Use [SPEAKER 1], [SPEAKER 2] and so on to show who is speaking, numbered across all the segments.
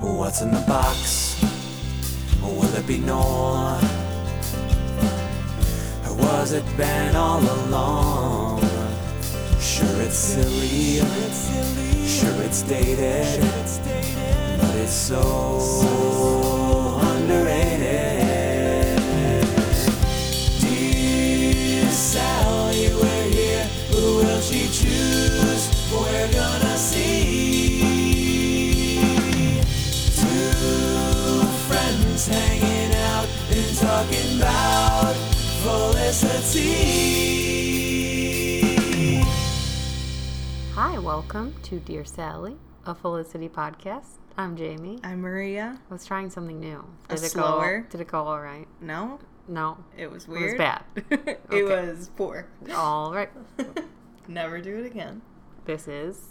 [SPEAKER 1] What's in the box? Will it be Nor? Or was it Ben all along? Sure it's silly, sure it's dated, but it's so underrated. Dear Sally, we're here. Who will she choose? We're gonna see. Two friends hanging out and talking about felicity.
[SPEAKER 2] Hi, welcome to Dear Sally, a Felicity podcast. I'm Jamie. I
[SPEAKER 3] I'm Maria.
[SPEAKER 2] was trying something new.
[SPEAKER 3] A
[SPEAKER 2] it
[SPEAKER 3] slower?
[SPEAKER 2] go? Did it go all right?
[SPEAKER 3] No,
[SPEAKER 2] No,
[SPEAKER 3] it was
[SPEAKER 2] it was
[SPEAKER 3] weird.
[SPEAKER 2] bad.
[SPEAKER 3] it
[SPEAKER 2] Okay.
[SPEAKER 3] was poor.
[SPEAKER 2] all right.
[SPEAKER 3] Never do it again.
[SPEAKER 2] This is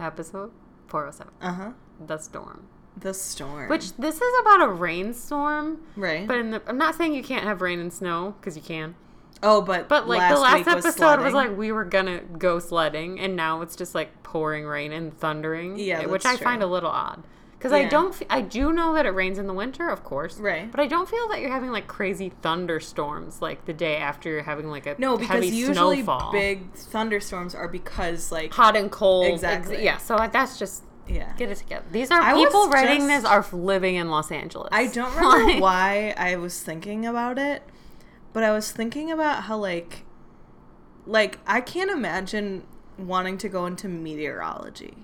[SPEAKER 2] episode 407,
[SPEAKER 3] Uh huh.
[SPEAKER 2] the storm.
[SPEAKER 3] The storm.
[SPEAKER 2] Uh-huh. Which this is about a rainstorm,
[SPEAKER 3] right?
[SPEAKER 2] but in the, I'm not saying you can't have rain and snow because you can.
[SPEAKER 3] oh, but
[SPEAKER 2] But like
[SPEAKER 3] last
[SPEAKER 2] the last
[SPEAKER 3] week
[SPEAKER 2] episode was,
[SPEAKER 3] sledding.
[SPEAKER 2] like we were gonna go sledding, and now it's just like pouring rain and thundering. eh,
[SPEAKER 3] Yeah,
[SPEAKER 2] which I
[SPEAKER 3] that's
[SPEAKER 2] find a
[SPEAKER 3] true.
[SPEAKER 2] little odd because I
[SPEAKER 3] Yeah.
[SPEAKER 2] don't. F- I do know that it rains in the winter, of course.
[SPEAKER 3] Right.
[SPEAKER 2] But I don't feel that you're having like crazy thunderstorms like the day after you're having like a
[SPEAKER 3] no, because
[SPEAKER 2] heavy
[SPEAKER 3] usually
[SPEAKER 2] snowfall.
[SPEAKER 3] big thunderstorms are because like
[SPEAKER 2] hot and cold. ex-
[SPEAKER 3] Exactly.
[SPEAKER 2] yeah. So like, that's just
[SPEAKER 3] yeah.
[SPEAKER 2] get it together. These are
[SPEAKER 3] I was
[SPEAKER 2] people writing
[SPEAKER 3] just-
[SPEAKER 2] this are living in Los Angeles.
[SPEAKER 3] I don't remember
[SPEAKER 2] Like,
[SPEAKER 3] why I was thinking about it, but I was thinking about how like like I can't imagine wanting to go into meteorology.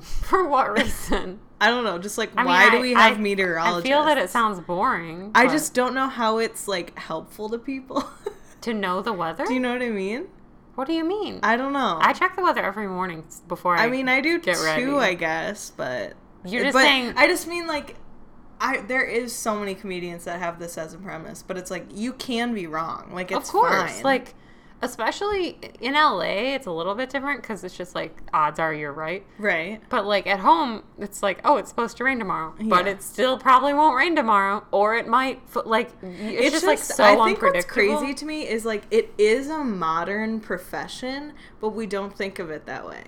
[SPEAKER 2] for what reason.
[SPEAKER 3] I don't know, just like
[SPEAKER 2] I mean,
[SPEAKER 3] why
[SPEAKER 2] I-
[SPEAKER 3] do we have
[SPEAKER 2] I- I
[SPEAKER 3] meteorologists?
[SPEAKER 2] feel that it sounds boring.
[SPEAKER 3] I
[SPEAKER 2] but-
[SPEAKER 3] just don't know how it's like helpful to people.
[SPEAKER 2] to know the weather.
[SPEAKER 3] do you know what I mean?
[SPEAKER 2] What do you mean? I,
[SPEAKER 3] I don't know.
[SPEAKER 2] check the weather every morning s- before I.
[SPEAKER 3] I mean, I do
[SPEAKER 2] get
[SPEAKER 3] too,
[SPEAKER 2] ready.
[SPEAKER 3] I guess, but
[SPEAKER 2] You're just
[SPEAKER 3] but
[SPEAKER 2] saying-
[SPEAKER 3] I just mean like, I there is so many comedians that have this as a premise, but it's like you can be wrong. Like
[SPEAKER 2] of
[SPEAKER 3] it's
[SPEAKER 2] course,
[SPEAKER 3] fine.
[SPEAKER 2] like especially in LA, it's a little bit different because it's just like odds are you're right.
[SPEAKER 3] right,
[SPEAKER 2] But like at home, it's like oh, it's supposed to rain tomorrow, but
[SPEAKER 3] Yeah.
[SPEAKER 2] it still probably won't rain tomorrow, or it might. f- Like y- it's, just, like so
[SPEAKER 3] I think
[SPEAKER 2] unpredictable.
[SPEAKER 3] what's crazy to me is like it is a modern profession, but we don't think of it that way.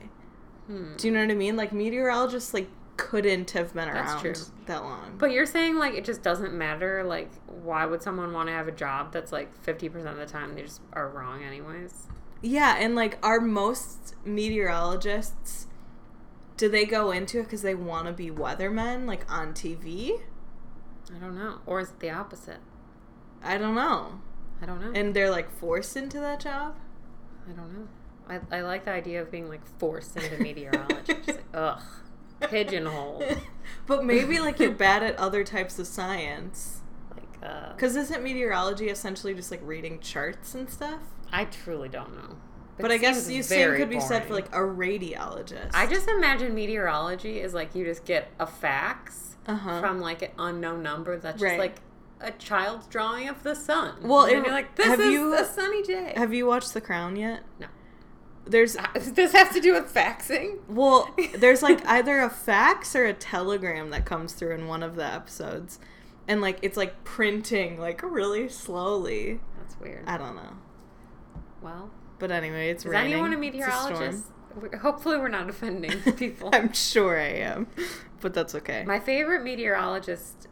[SPEAKER 2] Hmm.
[SPEAKER 3] Do you know what I mean? Like meteorologists like couldn't have been
[SPEAKER 2] That's
[SPEAKER 3] around
[SPEAKER 2] true.
[SPEAKER 3] that long.
[SPEAKER 2] But you're saying like it just doesn't matter. Like why would someone want to have a job that's like fifty percent of the time they just are wrong anyways?
[SPEAKER 3] Yeah, and like, are most meteorologists do they go into it because they want to be weathermen, like on TV?
[SPEAKER 2] I don't know. Or is it the opposite?
[SPEAKER 3] I don't know.
[SPEAKER 2] I don't know.
[SPEAKER 3] And they're like forced into that job.
[SPEAKER 2] I don't know. I, I like the idea of being like forced into meteorology. Just like, ugh, pigeonhole.
[SPEAKER 3] but maybe like you're bad at other types of science.
[SPEAKER 2] Like, uh,
[SPEAKER 3] Because isn't meteorology essentially just like reading charts and stuff?
[SPEAKER 2] I truly don't know.
[SPEAKER 3] But
[SPEAKER 2] It
[SPEAKER 3] I guess
[SPEAKER 2] seems
[SPEAKER 3] you same
[SPEAKER 2] very
[SPEAKER 3] could be said for
[SPEAKER 2] boring.
[SPEAKER 3] like a radiologist.
[SPEAKER 2] I just imagine meteorology is like you just get a fax
[SPEAKER 3] Uh-huh.
[SPEAKER 2] from like an unknown number that's just
[SPEAKER 3] Right.
[SPEAKER 2] like a child's drawing of the sun.
[SPEAKER 3] Well,
[SPEAKER 2] and then
[SPEAKER 3] it-
[SPEAKER 2] you're like, this
[SPEAKER 3] have
[SPEAKER 2] is
[SPEAKER 3] you-
[SPEAKER 2] a sunny day.
[SPEAKER 3] have you watched The Crown yet?
[SPEAKER 2] No.
[SPEAKER 3] There's
[SPEAKER 2] this has to do with faxing?
[SPEAKER 3] Well, there's like either a fax or a telegram that comes through in one of the episodes. And like it's like printing like really slowly.
[SPEAKER 2] That's weird.
[SPEAKER 3] I don't know.
[SPEAKER 2] Well,
[SPEAKER 3] But anyway, it's
[SPEAKER 2] is
[SPEAKER 3] raining.
[SPEAKER 2] anyone a
[SPEAKER 3] It's storm.
[SPEAKER 2] meteorologist? We- Hopefully, we're not offending people.
[SPEAKER 3] I'm sure I am. But that's okay.
[SPEAKER 2] My favorite meteorologist.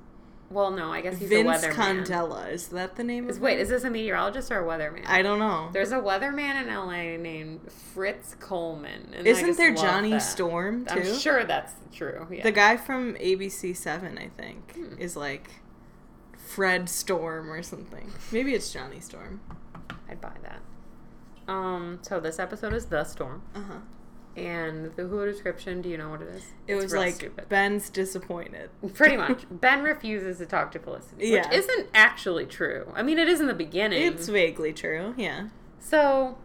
[SPEAKER 2] Well, no, I guess he's a
[SPEAKER 3] Vince
[SPEAKER 2] weatherman.
[SPEAKER 3] Condella, is that the name
[SPEAKER 2] Is-
[SPEAKER 3] of
[SPEAKER 2] Wait,
[SPEAKER 3] him?
[SPEAKER 2] is this a meteorologist or a weatherman?
[SPEAKER 3] I don't know.
[SPEAKER 2] There's a weatherman in LA named Fritz Coleman. and I
[SPEAKER 3] Isn't
[SPEAKER 2] just
[SPEAKER 3] there
[SPEAKER 2] love
[SPEAKER 3] Johnny
[SPEAKER 2] that.
[SPEAKER 3] Storm too?
[SPEAKER 2] I'm sure that's true. Yeah.
[SPEAKER 3] The guy from ABC Seven, I think,
[SPEAKER 2] Hmm.
[SPEAKER 3] is like Fred Storm or something. Maybe it's Johnny Storm.
[SPEAKER 2] I'd buy that. Um. So this episode is the storm,
[SPEAKER 3] Uh huh.
[SPEAKER 2] and the Hulu description. Do you know what it is?
[SPEAKER 3] It
[SPEAKER 2] It's
[SPEAKER 3] was
[SPEAKER 2] real
[SPEAKER 3] like
[SPEAKER 2] stupid. Mm.
[SPEAKER 3] Ben's disappointed.
[SPEAKER 2] Pretty much, Ben refuses to talk to Felicity,
[SPEAKER 3] Yeah.
[SPEAKER 2] which isn't actually true. I mean, it is in the beginning.
[SPEAKER 3] It's vaguely true, yeah.
[SPEAKER 2] So,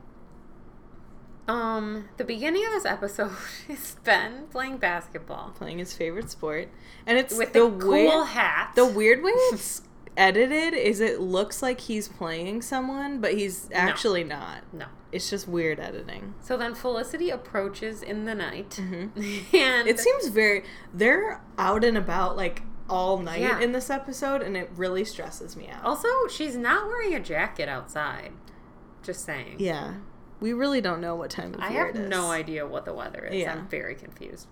[SPEAKER 2] um, the beginning of this episode is Ben playing basketball
[SPEAKER 3] Playing his favorite sport, and it's
[SPEAKER 2] with
[SPEAKER 3] the
[SPEAKER 2] a cool
[SPEAKER 3] weird,
[SPEAKER 2] hat.
[SPEAKER 3] the weird way it's edited is it looks like he's playing someone, but he's actually not.
[SPEAKER 2] no.
[SPEAKER 3] It's just weird editing.
[SPEAKER 2] So then Felicity approaches in the night,
[SPEAKER 3] Mm-hmm.
[SPEAKER 2] and
[SPEAKER 3] It seems very they're out and about like all night
[SPEAKER 2] Yeah. Oh.
[SPEAKER 3] in this episode, and it really stresses me out.
[SPEAKER 2] also she's not wearing a jacket outside. Just saying.
[SPEAKER 3] Yeah, we really don't know what time of
[SPEAKER 2] I
[SPEAKER 3] year
[SPEAKER 2] have
[SPEAKER 3] it is.
[SPEAKER 2] no idea what the weather is.
[SPEAKER 3] Yeah.
[SPEAKER 2] I'm very confused.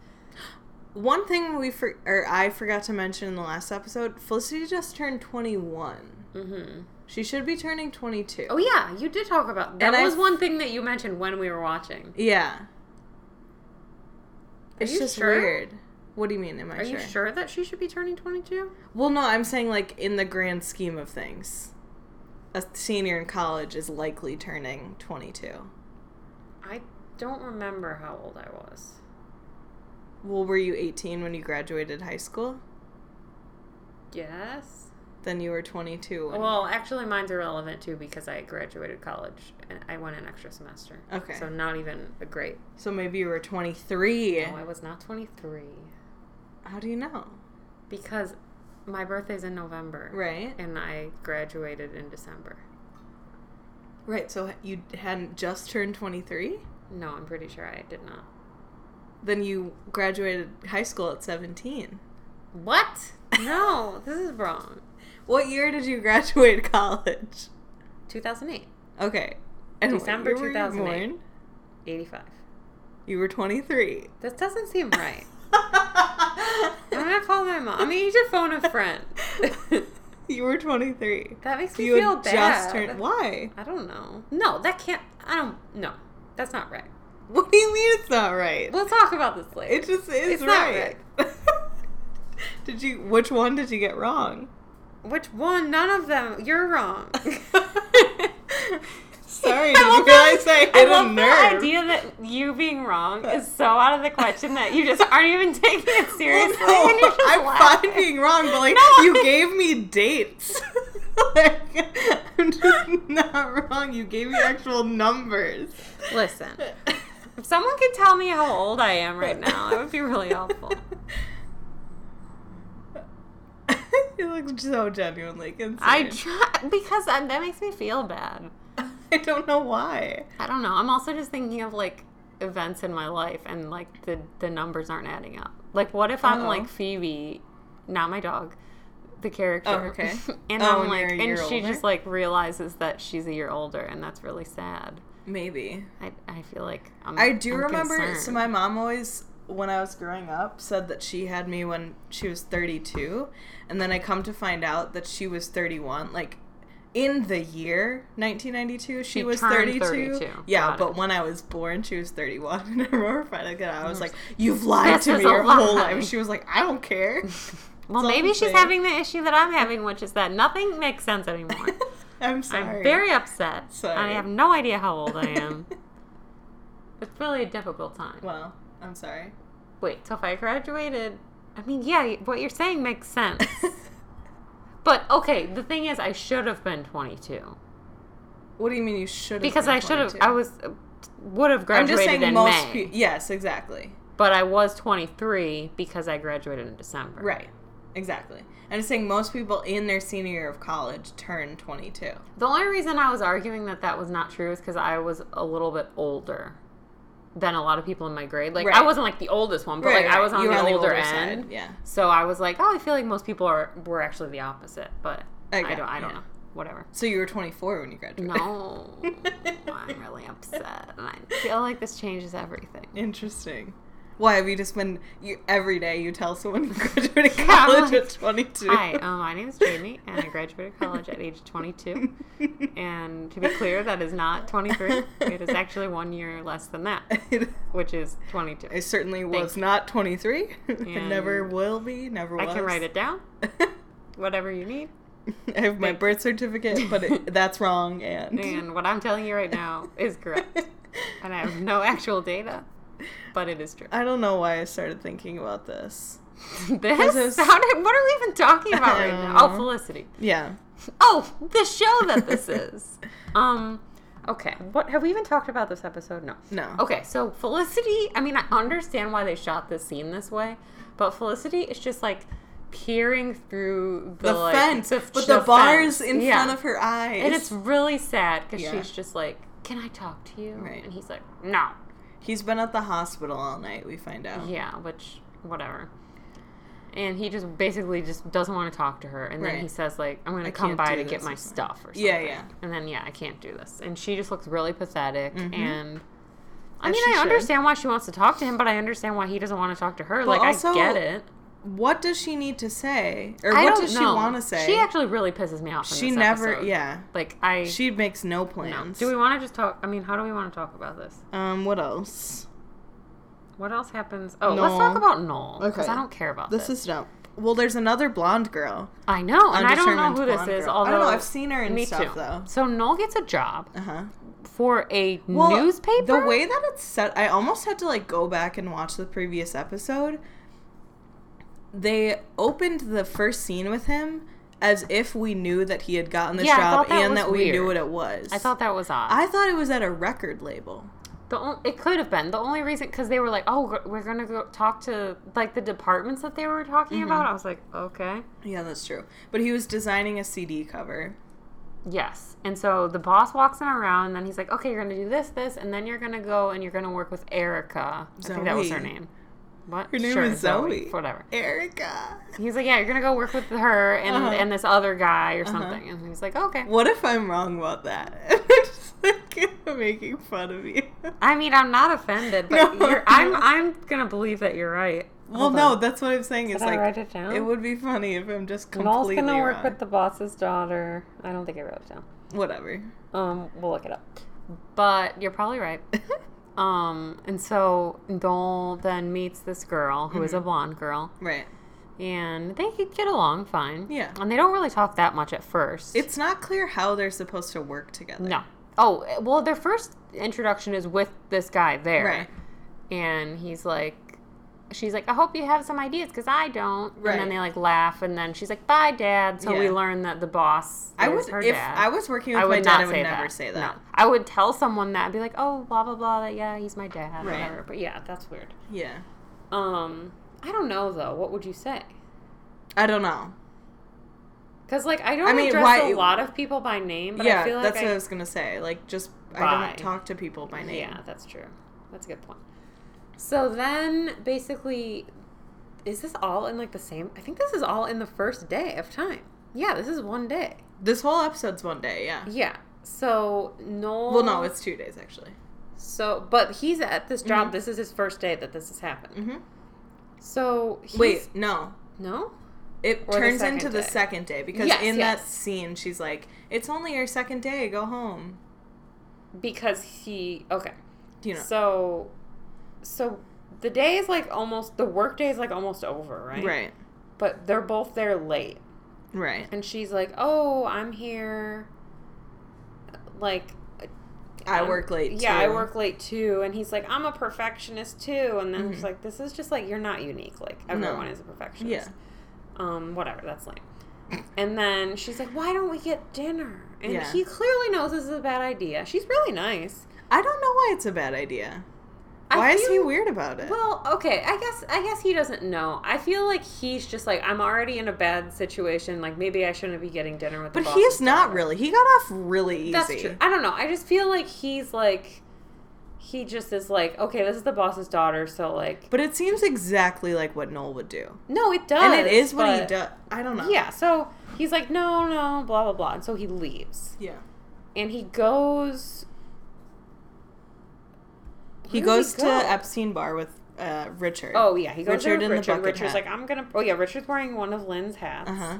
[SPEAKER 3] one thing we for, or I forgot to mention in the last episode, Felicity just turned 21.
[SPEAKER 2] Mm-hmm.
[SPEAKER 3] She should be turning 22.
[SPEAKER 2] Oh yeah, you did talk about that.
[SPEAKER 3] And I-
[SPEAKER 2] was one thing that you mentioned when we were watching.
[SPEAKER 3] Yeah. it's
[SPEAKER 2] you
[SPEAKER 3] just
[SPEAKER 2] sure?
[SPEAKER 3] weird. What do you mean? Am I
[SPEAKER 2] Are you sure that she should be turning twenty two?
[SPEAKER 3] Well, no, I'm saying like in the grand scheme of things, a senior in college is likely turning 22.
[SPEAKER 2] I don't remember how old I was.
[SPEAKER 3] Well, were you 18 when you graduated high school?
[SPEAKER 2] Yes.
[SPEAKER 3] Then you were 22. When...
[SPEAKER 2] Well, actually, mine's irrelevant too because I graduated college and I went an extra semester.
[SPEAKER 3] Okay.
[SPEAKER 2] So not even a great.
[SPEAKER 3] so maybe you were 23.
[SPEAKER 2] No, I was not twenty three
[SPEAKER 3] How do you know?
[SPEAKER 2] because my birthday's in November.
[SPEAKER 3] Right.
[SPEAKER 2] And I graduated in December.
[SPEAKER 3] Right. So you hadn't just turned 23.
[SPEAKER 2] No, I'm pretty sure I did not.
[SPEAKER 3] Then you graduated high school at 17.
[SPEAKER 2] What? No, this is wrong.
[SPEAKER 3] What year did you graduate college?
[SPEAKER 2] 2008,
[SPEAKER 3] Okay. And what
[SPEAKER 2] December
[SPEAKER 3] year were you
[SPEAKER 2] 2008.
[SPEAKER 3] born?
[SPEAKER 2] 85.
[SPEAKER 3] You were 23.
[SPEAKER 2] This doesn't seem right. I'm
[SPEAKER 3] I'm
[SPEAKER 2] gonna call my mom. I mean, you should phone a friend.
[SPEAKER 3] you were 23.
[SPEAKER 2] that makes me
[SPEAKER 3] You
[SPEAKER 2] feel
[SPEAKER 3] had
[SPEAKER 2] bad.
[SPEAKER 3] just turned. Why?
[SPEAKER 2] I don't know. No, that can't. I don't. No, that's not right.
[SPEAKER 3] What do you mean it's not right?
[SPEAKER 2] We'll talk about this later.
[SPEAKER 3] It just is
[SPEAKER 2] It's not
[SPEAKER 3] right. did you? Which one did you get wrong?
[SPEAKER 2] Which one? None of them. You're wrong.
[SPEAKER 3] Sorry, didn't realize I hit a
[SPEAKER 2] love
[SPEAKER 3] nerve.
[SPEAKER 2] The idea that you being wrong is so out of the question that you just aren't even taking it seriously.
[SPEAKER 3] Well,
[SPEAKER 2] and you're just
[SPEAKER 3] I'm
[SPEAKER 2] laughing.
[SPEAKER 3] fine being wrong, but like
[SPEAKER 2] No,
[SPEAKER 3] you
[SPEAKER 2] I-
[SPEAKER 3] gave me dates. like, I'm just not wrong. You gave me actual numbers.
[SPEAKER 2] Listen, if someone could tell me how old I am right now, it would be really helpful.
[SPEAKER 3] you look so genuinely concerned.
[SPEAKER 2] I try because that, that makes me feel bad.
[SPEAKER 3] I don't know why.
[SPEAKER 2] I don't know. I'm also just thinking of like events in my life and like the the numbers aren't adding up. Like what if I'm
[SPEAKER 3] Uh-oh.
[SPEAKER 2] like Phoebe, not my dog, the character.
[SPEAKER 3] Oh, okay.
[SPEAKER 2] and I'm
[SPEAKER 3] Oh, and
[SPEAKER 2] like
[SPEAKER 3] you're a
[SPEAKER 2] and
[SPEAKER 3] year
[SPEAKER 2] she
[SPEAKER 3] older?
[SPEAKER 2] just like realizes that she's a year older and that's really sad.
[SPEAKER 3] Maybe.
[SPEAKER 2] I, I feel like I'm
[SPEAKER 3] I do
[SPEAKER 2] I'm
[SPEAKER 3] remember. So
[SPEAKER 2] concerned.
[SPEAKER 3] my mom always, when I was growing up, said that she had me when she was 32, and then I come to find out that she was 31. Like in the year 1992, she,
[SPEAKER 2] She
[SPEAKER 3] was
[SPEAKER 2] turned
[SPEAKER 3] 32.
[SPEAKER 2] 32.
[SPEAKER 3] Yeah,
[SPEAKER 2] Got
[SPEAKER 3] but
[SPEAKER 2] it.
[SPEAKER 3] when I was born, she was 31. And I remember finding that out, I was like, "You've lied
[SPEAKER 2] Mm. This
[SPEAKER 3] to
[SPEAKER 2] is
[SPEAKER 3] me
[SPEAKER 2] a
[SPEAKER 3] your whole
[SPEAKER 2] lie."
[SPEAKER 3] life." She was like, "I don't care."
[SPEAKER 2] Well
[SPEAKER 3] all
[SPEAKER 2] maybe
[SPEAKER 3] I'm
[SPEAKER 2] she's
[SPEAKER 3] saying.
[SPEAKER 2] having the issue that I'm having, which is that nothing makes sense anymore.
[SPEAKER 3] I'm sorry.
[SPEAKER 2] I'm very upset.
[SPEAKER 3] Sorry.
[SPEAKER 2] I have no idea how old I am. it's really a difficult time.
[SPEAKER 3] well, I'm sorry.
[SPEAKER 2] Wait, so if I graduated, I mean, yeah, y- what you're saying makes sense. but okay, the thing is, I should have been 22
[SPEAKER 3] what do you mean you should have?
[SPEAKER 2] because
[SPEAKER 3] been
[SPEAKER 2] I should have.
[SPEAKER 3] 22?
[SPEAKER 2] I was would have
[SPEAKER 3] I'm just
[SPEAKER 2] graduated
[SPEAKER 3] saying
[SPEAKER 2] in
[SPEAKER 3] most.
[SPEAKER 2] May,
[SPEAKER 3] Pe- yes, exactly.
[SPEAKER 2] but I was 23 because I graduated in December.
[SPEAKER 3] Right. Exactly. I'm saying most people in their senior year of college turn 22.
[SPEAKER 2] The only reason I was arguing that that was not true is because I was a little bit older than a lot of people in my grade. Like I
[SPEAKER 3] Right.
[SPEAKER 2] wasn't like the oldest one, but like I was on,
[SPEAKER 3] You
[SPEAKER 2] the,
[SPEAKER 3] were
[SPEAKER 2] older
[SPEAKER 3] side,
[SPEAKER 2] end.
[SPEAKER 3] Yeah.
[SPEAKER 2] So I was like, oh, I feel like most people are were actually the opposite, but I,
[SPEAKER 3] Okay,
[SPEAKER 2] don't, I don't
[SPEAKER 3] yeah.
[SPEAKER 2] know. Whatever.
[SPEAKER 3] So you were 24 when you graduated.
[SPEAKER 2] No, I'm really upset, and I feel like this changes everything.
[SPEAKER 3] Interesting. Why have you just been you, every day you tell someone you graduated
[SPEAKER 2] Yeah, I'm
[SPEAKER 3] college
[SPEAKER 2] like,
[SPEAKER 3] at 22?
[SPEAKER 2] Hi, um, my name is Jamie, and I graduated college at age 22. And to be clear, that is not 23. It is actually one year less than that, which is 22.
[SPEAKER 3] I certainly was
[SPEAKER 2] Thanks.
[SPEAKER 3] not 23. I never
[SPEAKER 2] And
[SPEAKER 3] will be. Never
[SPEAKER 2] I
[SPEAKER 3] was.
[SPEAKER 2] can write it down, whatever you need.
[SPEAKER 3] I have my birth certificate, but it, that's wrong.
[SPEAKER 2] And what I'm telling you right now is correct. And I have no actual data, but it is true.
[SPEAKER 3] I don't know why I started thinking about this.
[SPEAKER 2] This
[SPEAKER 3] it's-
[SPEAKER 2] sounded, what are we even talking about right
[SPEAKER 3] I
[SPEAKER 2] now?
[SPEAKER 3] don't
[SPEAKER 2] Oh,
[SPEAKER 3] know.
[SPEAKER 2] Felicity.
[SPEAKER 3] Yeah.
[SPEAKER 2] Oh, the show that this is. um, okay. What have we even talked about this episode? No.
[SPEAKER 3] No.
[SPEAKER 2] Okay, so Felicity. I mean, I understand why they shot this scene this way, but Felicity is just like peering through the,
[SPEAKER 3] The
[SPEAKER 2] like,
[SPEAKER 3] fence, but the,
[SPEAKER 2] fence.
[SPEAKER 3] bars in
[SPEAKER 2] Yeah.
[SPEAKER 3] front of her eyes.
[SPEAKER 2] and it's really sad because
[SPEAKER 3] Yeah.
[SPEAKER 2] she's just like, "Can I talk to you?"
[SPEAKER 3] Right.
[SPEAKER 2] And he's like, "No."
[SPEAKER 3] he's been at the hospital all night. We find out.
[SPEAKER 2] Yeah, which whatever. And he just basically just doesn't want to talk to her. And then
[SPEAKER 3] Right.
[SPEAKER 2] he says like, "I'm gonna
[SPEAKER 3] I
[SPEAKER 2] come
[SPEAKER 3] can't
[SPEAKER 2] by
[SPEAKER 3] do
[SPEAKER 2] to
[SPEAKER 3] this
[SPEAKER 2] get my
[SPEAKER 3] or
[SPEAKER 2] stuff or something."
[SPEAKER 3] Yeah, yeah.
[SPEAKER 2] And then yeah, I can't do this. And she just looks really pathetic. And I
[SPEAKER 3] Mm-hmm. As
[SPEAKER 2] mean,
[SPEAKER 3] she
[SPEAKER 2] I
[SPEAKER 3] should.
[SPEAKER 2] understand why she wants to talk to him, but I understand why he doesn't want to talk to her.
[SPEAKER 3] But
[SPEAKER 2] like,
[SPEAKER 3] also-
[SPEAKER 2] I get it.
[SPEAKER 3] What does she need to say, or
[SPEAKER 2] I
[SPEAKER 3] what
[SPEAKER 2] don't
[SPEAKER 3] does she
[SPEAKER 2] know.
[SPEAKER 3] want to say?
[SPEAKER 2] She actually really pisses me off. In
[SPEAKER 3] She
[SPEAKER 2] this
[SPEAKER 3] never.
[SPEAKER 2] episode.
[SPEAKER 3] Yeah.
[SPEAKER 2] Like I.
[SPEAKER 3] She makes no
[SPEAKER 2] no.
[SPEAKER 3] plans.
[SPEAKER 2] Do we want to just talk? I mean, how do we want to talk about this?
[SPEAKER 3] Um. What else?
[SPEAKER 2] What else happens? Oh, let's talk
[SPEAKER 3] Noel.
[SPEAKER 2] about Noel because
[SPEAKER 3] Okay.
[SPEAKER 2] I don't care about this.
[SPEAKER 3] This is no. Well, there's another blonde girl.
[SPEAKER 2] I know, and I don't know
[SPEAKER 3] Undetermined
[SPEAKER 2] who this
[SPEAKER 3] blonde
[SPEAKER 2] is.
[SPEAKER 3] girl.
[SPEAKER 2] Although
[SPEAKER 3] I don't know. I've seen her in
[SPEAKER 2] me
[SPEAKER 3] stuff
[SPEAKER 2] too.
[SPEAKER 3] though.
[SPEAKER 2] So Noel gets a job
[SPEAKER 3] Uh huh.
[SPEAKER 2] for a newspaper.
[SPEAKER 3] The way that it's set, I almost had to like go back and watch the previous episode. They opened the first scene with him as if we knew that he had gotten this
[SPEAKER 2] Yeah, I
[SPEAKER 3] job
[SPEAKER 2] thought that
[SPEAKER 3] and
[SPEAKER 2] was
[SPEAKER 3] that we knew what
[SPEAKER 2] weird.
[SPEAKER 3] it was.
[SPEAKER 2] I thought that was odd.
[SPEAKER 3] I thought it was at a record label.
[SPEAKER 2] The on- it could have been the only reason because they were like, "Oh, we're- we're gonna go talk to like the departments that they were talking
[SPEAKER 3] Mm-hmm.
[SPEAKER 2] about." I was like, "Okay,
[SPEAKER 3] Yeah, that's true. But he was designing a CD cover.
[SPEAKER 2] yes." And so the boss walks him around, and then he's like, "Okay, you're gonna do this, this, and then you're gonna go and you're gonna work with Erica." I think that was her
[SPEAKER 3] Zoe.
[SPEAKER 2] name. What
[SPEAKER 3] Her name
[SPEAKER 2] Sure,
[SPEAKER 3] is Zoe.
[SPEAKER 2] Whatever.
[SPEAKER 3] Erica.
[SPEAKER 2] He's like, "Yeah, you're gonna go work with her and
[SPEAKER 3] Uh-huh.
[SPEAKER 2] and this other guy or something." And he was like, "Okay."
[SPEAKER 3] What if I'm wrong about that? I'm just like making fun of you.
[SPEAKER 2] I mean, I'm not offended,
[SPEAKER 3] No,
[SPEAKER 2] but you're, I'm
[SPEAKER 3] no.
[SPEAKER 2] I'm gonna believe that you're right.
[SPEAKER 3] Well,
[SPEAKER 2] Hold
[SPEAKER 3] no,
[SPEAKER 2] on.
[SPEAKER 3] that's what I'm saying. It's
[SPEAKER 2] I
[SPEAKER 3] like
[SPEAKER 2] write it down?
[SPEAKER 3] It would be funny if I'm just
[SPEAKER 2] Noel's
[SPEAKER 3] completely
[SPEAKER 2] gonna work
[SPEAKER 3] wrong.
[SPEAKER 2] with the boss's daughter. I don't think I wrote it down.
[SPEAKER 3] Whatever.
[SPEAKER 2] Um, we'll look it up. But you're probably right. Um, and so Noel then meets this girl who is
[SPEAKER 3] Mm-hmm.
[SPEAKER 2] a blonde girl,
[SPEAKER 3] right.
[SPEAKER 2] and they could get along fine.
[SPEAKER 3] Yeah.
[SPEAKER 2] And they don't really talk that much at first.
[SPEAKER 3] It's not clear how they're supposed to work together.
[SPEAKER 2] no. Oh well, their first introduction is with this guy there,
[SPEAKER 3] Right.
[SPEAKER 2] and he's like. She's like, I hope you have some ideas because I don't. And
[SPEAKER 3] Right.
[SPEAKER 2] then they like laugh, and then she's like, Bye, Dad. So we
[SPEAKER 3] Yeah.
[SPEAKER 2] learn that the boss.
[SPEAKER 3] I
[SPEAKER 2] is
[SPEAKER 3] would
[SPEAKER 2] her
[SPEAKER 3] if
[SPEAKER 2] dad.
[SPEAKER 3] I was working with
[SPEAKER 2] I
[SPEAKER 3] my
[SPEAKER 2] would
[SPEAKER 3] dad,
[SPEAKER 2] not
[SPEAKER 3] I would
[SPEAKER 2] say
[SPEAKER 3] never
[SPEAKER 2] that.
[SPEAKER 3] say
[SPEAKER 2] No.
[SPEAKER 3] that.
[SPEAKER 2] I would tell someone that and be like, "Oh, blah blah blah. That yeah, he's my dad,
[SPEAKER 3] Right.
[SPEAKER 2] whatever." But yeah, that's weird.
[SPEAKER 3] Yeah.
[SPEAKER 2] Um, I don't know though. What would you say?
[SPEAKER 3] I don't know.
[SPEAKER 2] Because like I don't
[SPEAKER 3] I mean,
[SPEAKER 2] address
[SPEAKER 3] why-
[SPEAKER 2] a lot of people by name, but
[SPEAKER 3] yeah,
[SPEAKER 2] I feel like
[SPEAKER 3] that's
[SPEAKER 2] I,
[SPEAKER 3] what I was gonna say. Like just I
[SPEAKER 2] Bye.
[SPEAKER 3] don't talk to people by name.
[SPEAKER 2] yeah, that's true. That's a good point. So then, basically, is this all in like the same? I think this is all in the first day of time. Yeah, this is one day.
[SPEAKER 3] This whole episode's one day, yeah.
[SPEAKER 2] Yeah. So Noel.
[SPEAKER 3] Well no, it's two days actually.
[SPEAKER 2] so, but he's at this job. This is his first day that this has happened.
[SPEAKER 3] Mm-hmm.
[SPEAKER 2] So he's,
[SPEAKER 3] Wait, no.
[SPEAKER 2] no.
[SPEAKER 3] It
[SPEAKER 2] Or the
[SPEAKER 3] turns
[SPEAKER 2] second
[SPEAKER 3] into the
[SPEAKER 2] day.
[SPEAKER 3] second day because
[SPEAKER 2] Yes,
[SPEAKER 3] in that
[SPEAKER 2] yes.
[SPEAKER 3] scene she's like, It's only your second day, go home.
[SPEAKER 2] because he okay
[SPEAKER 3] You know.
[SPEAKER 2] so so the day is like almost the work day is like almost over right
[SPEAKER 3] Right.
[SPEAKER 2] but they're both there late
[SPEAKER 3] Right.
[SPEAKER 2] and she's like oh i'm here like
[SPEAKER 3] I
[SPEAKER 2] I'm-
[SPEAKER 3] work late
[SPEAKER 2] yeah i
[SPEAKER 3] too.
[SPEAKER 2] work late too and he's like i'm a perfectionist too and then
[SPEAKER 3] Mm-hmm.
[SPEAKER 2] she's like this is just like you're not unique like everyone is a perfectionist
[SPEAKER 3] Yeah.
[SPEAKER 2] um whatever that's lame and then she's like why don't we get dinner and
[SPEAKER 3] Yeah.
[SPEAKER 2] he clearly knows this is a bad idea she's really nice
[SPEAKER 3] I don't know why it's a bad idea.
[SPEAKER 2] I
[SPEAKER 3] Why is he
[SPEAKER 2] feel-
[SPEAKER 3] weird about it?
[SPEAKER 2] Well, okay, I guess I guess he doesn't know. I feel like he's just like I'm already in a bad situation. Like maybe I shouldn't be getting dinner with.
[SPEAKER 3] but
[SPEAKER 2] the boss
[SPEAKER 3] he's
[SPEAKER 2] and
[SPEAKER 3] not
[SPEAKER 2] stuff.
[SPEAKER 3] really. He got off really easy.
[SPEAKER 2] That's true. I don't know. I just feel like he's like he just is like okay, this is the boss's daughter, so like
[SPEAKER 3] But it seems exactly like what Noel would do.
[SPEAKER 2] no, it does,
[SPEAKER 3] And it is what he
[SPEAKER 2] but-
[SPEAKER 3] does. I don't know.
[SPEAKER 2] Yeah, so he's like no, no, blah blah blah, and so he leaves
[SPEAKER 3] Yeah.
[SPEAKER 2] and he goes.
[SPEAKER 3] He
[SPEAKER 2] Where does
[SPEAKER 3] goes
[SPEAKER 2] he
[SPEAKER 3] to
[SPEAKER 2] go?
[SPEAKER 3] Epstein Bar with uh, Richard.
[SPEAKER 2] Oh yeah, he goes
[SPEAKER 3] Richard
[SPEAKER 2] to
[SPEAKER 3] in the
[SPEAKER 2] Richard.
[SPEAKER 3] bucket
[SPEAKER 2] Richard's
[SPEAKER 3] hat.
[SPEAKER 2] like, I'm gonna. Oh yeah, Richard's wearing one of Lynn's hats.
[SPEAKER 3] Uh huh.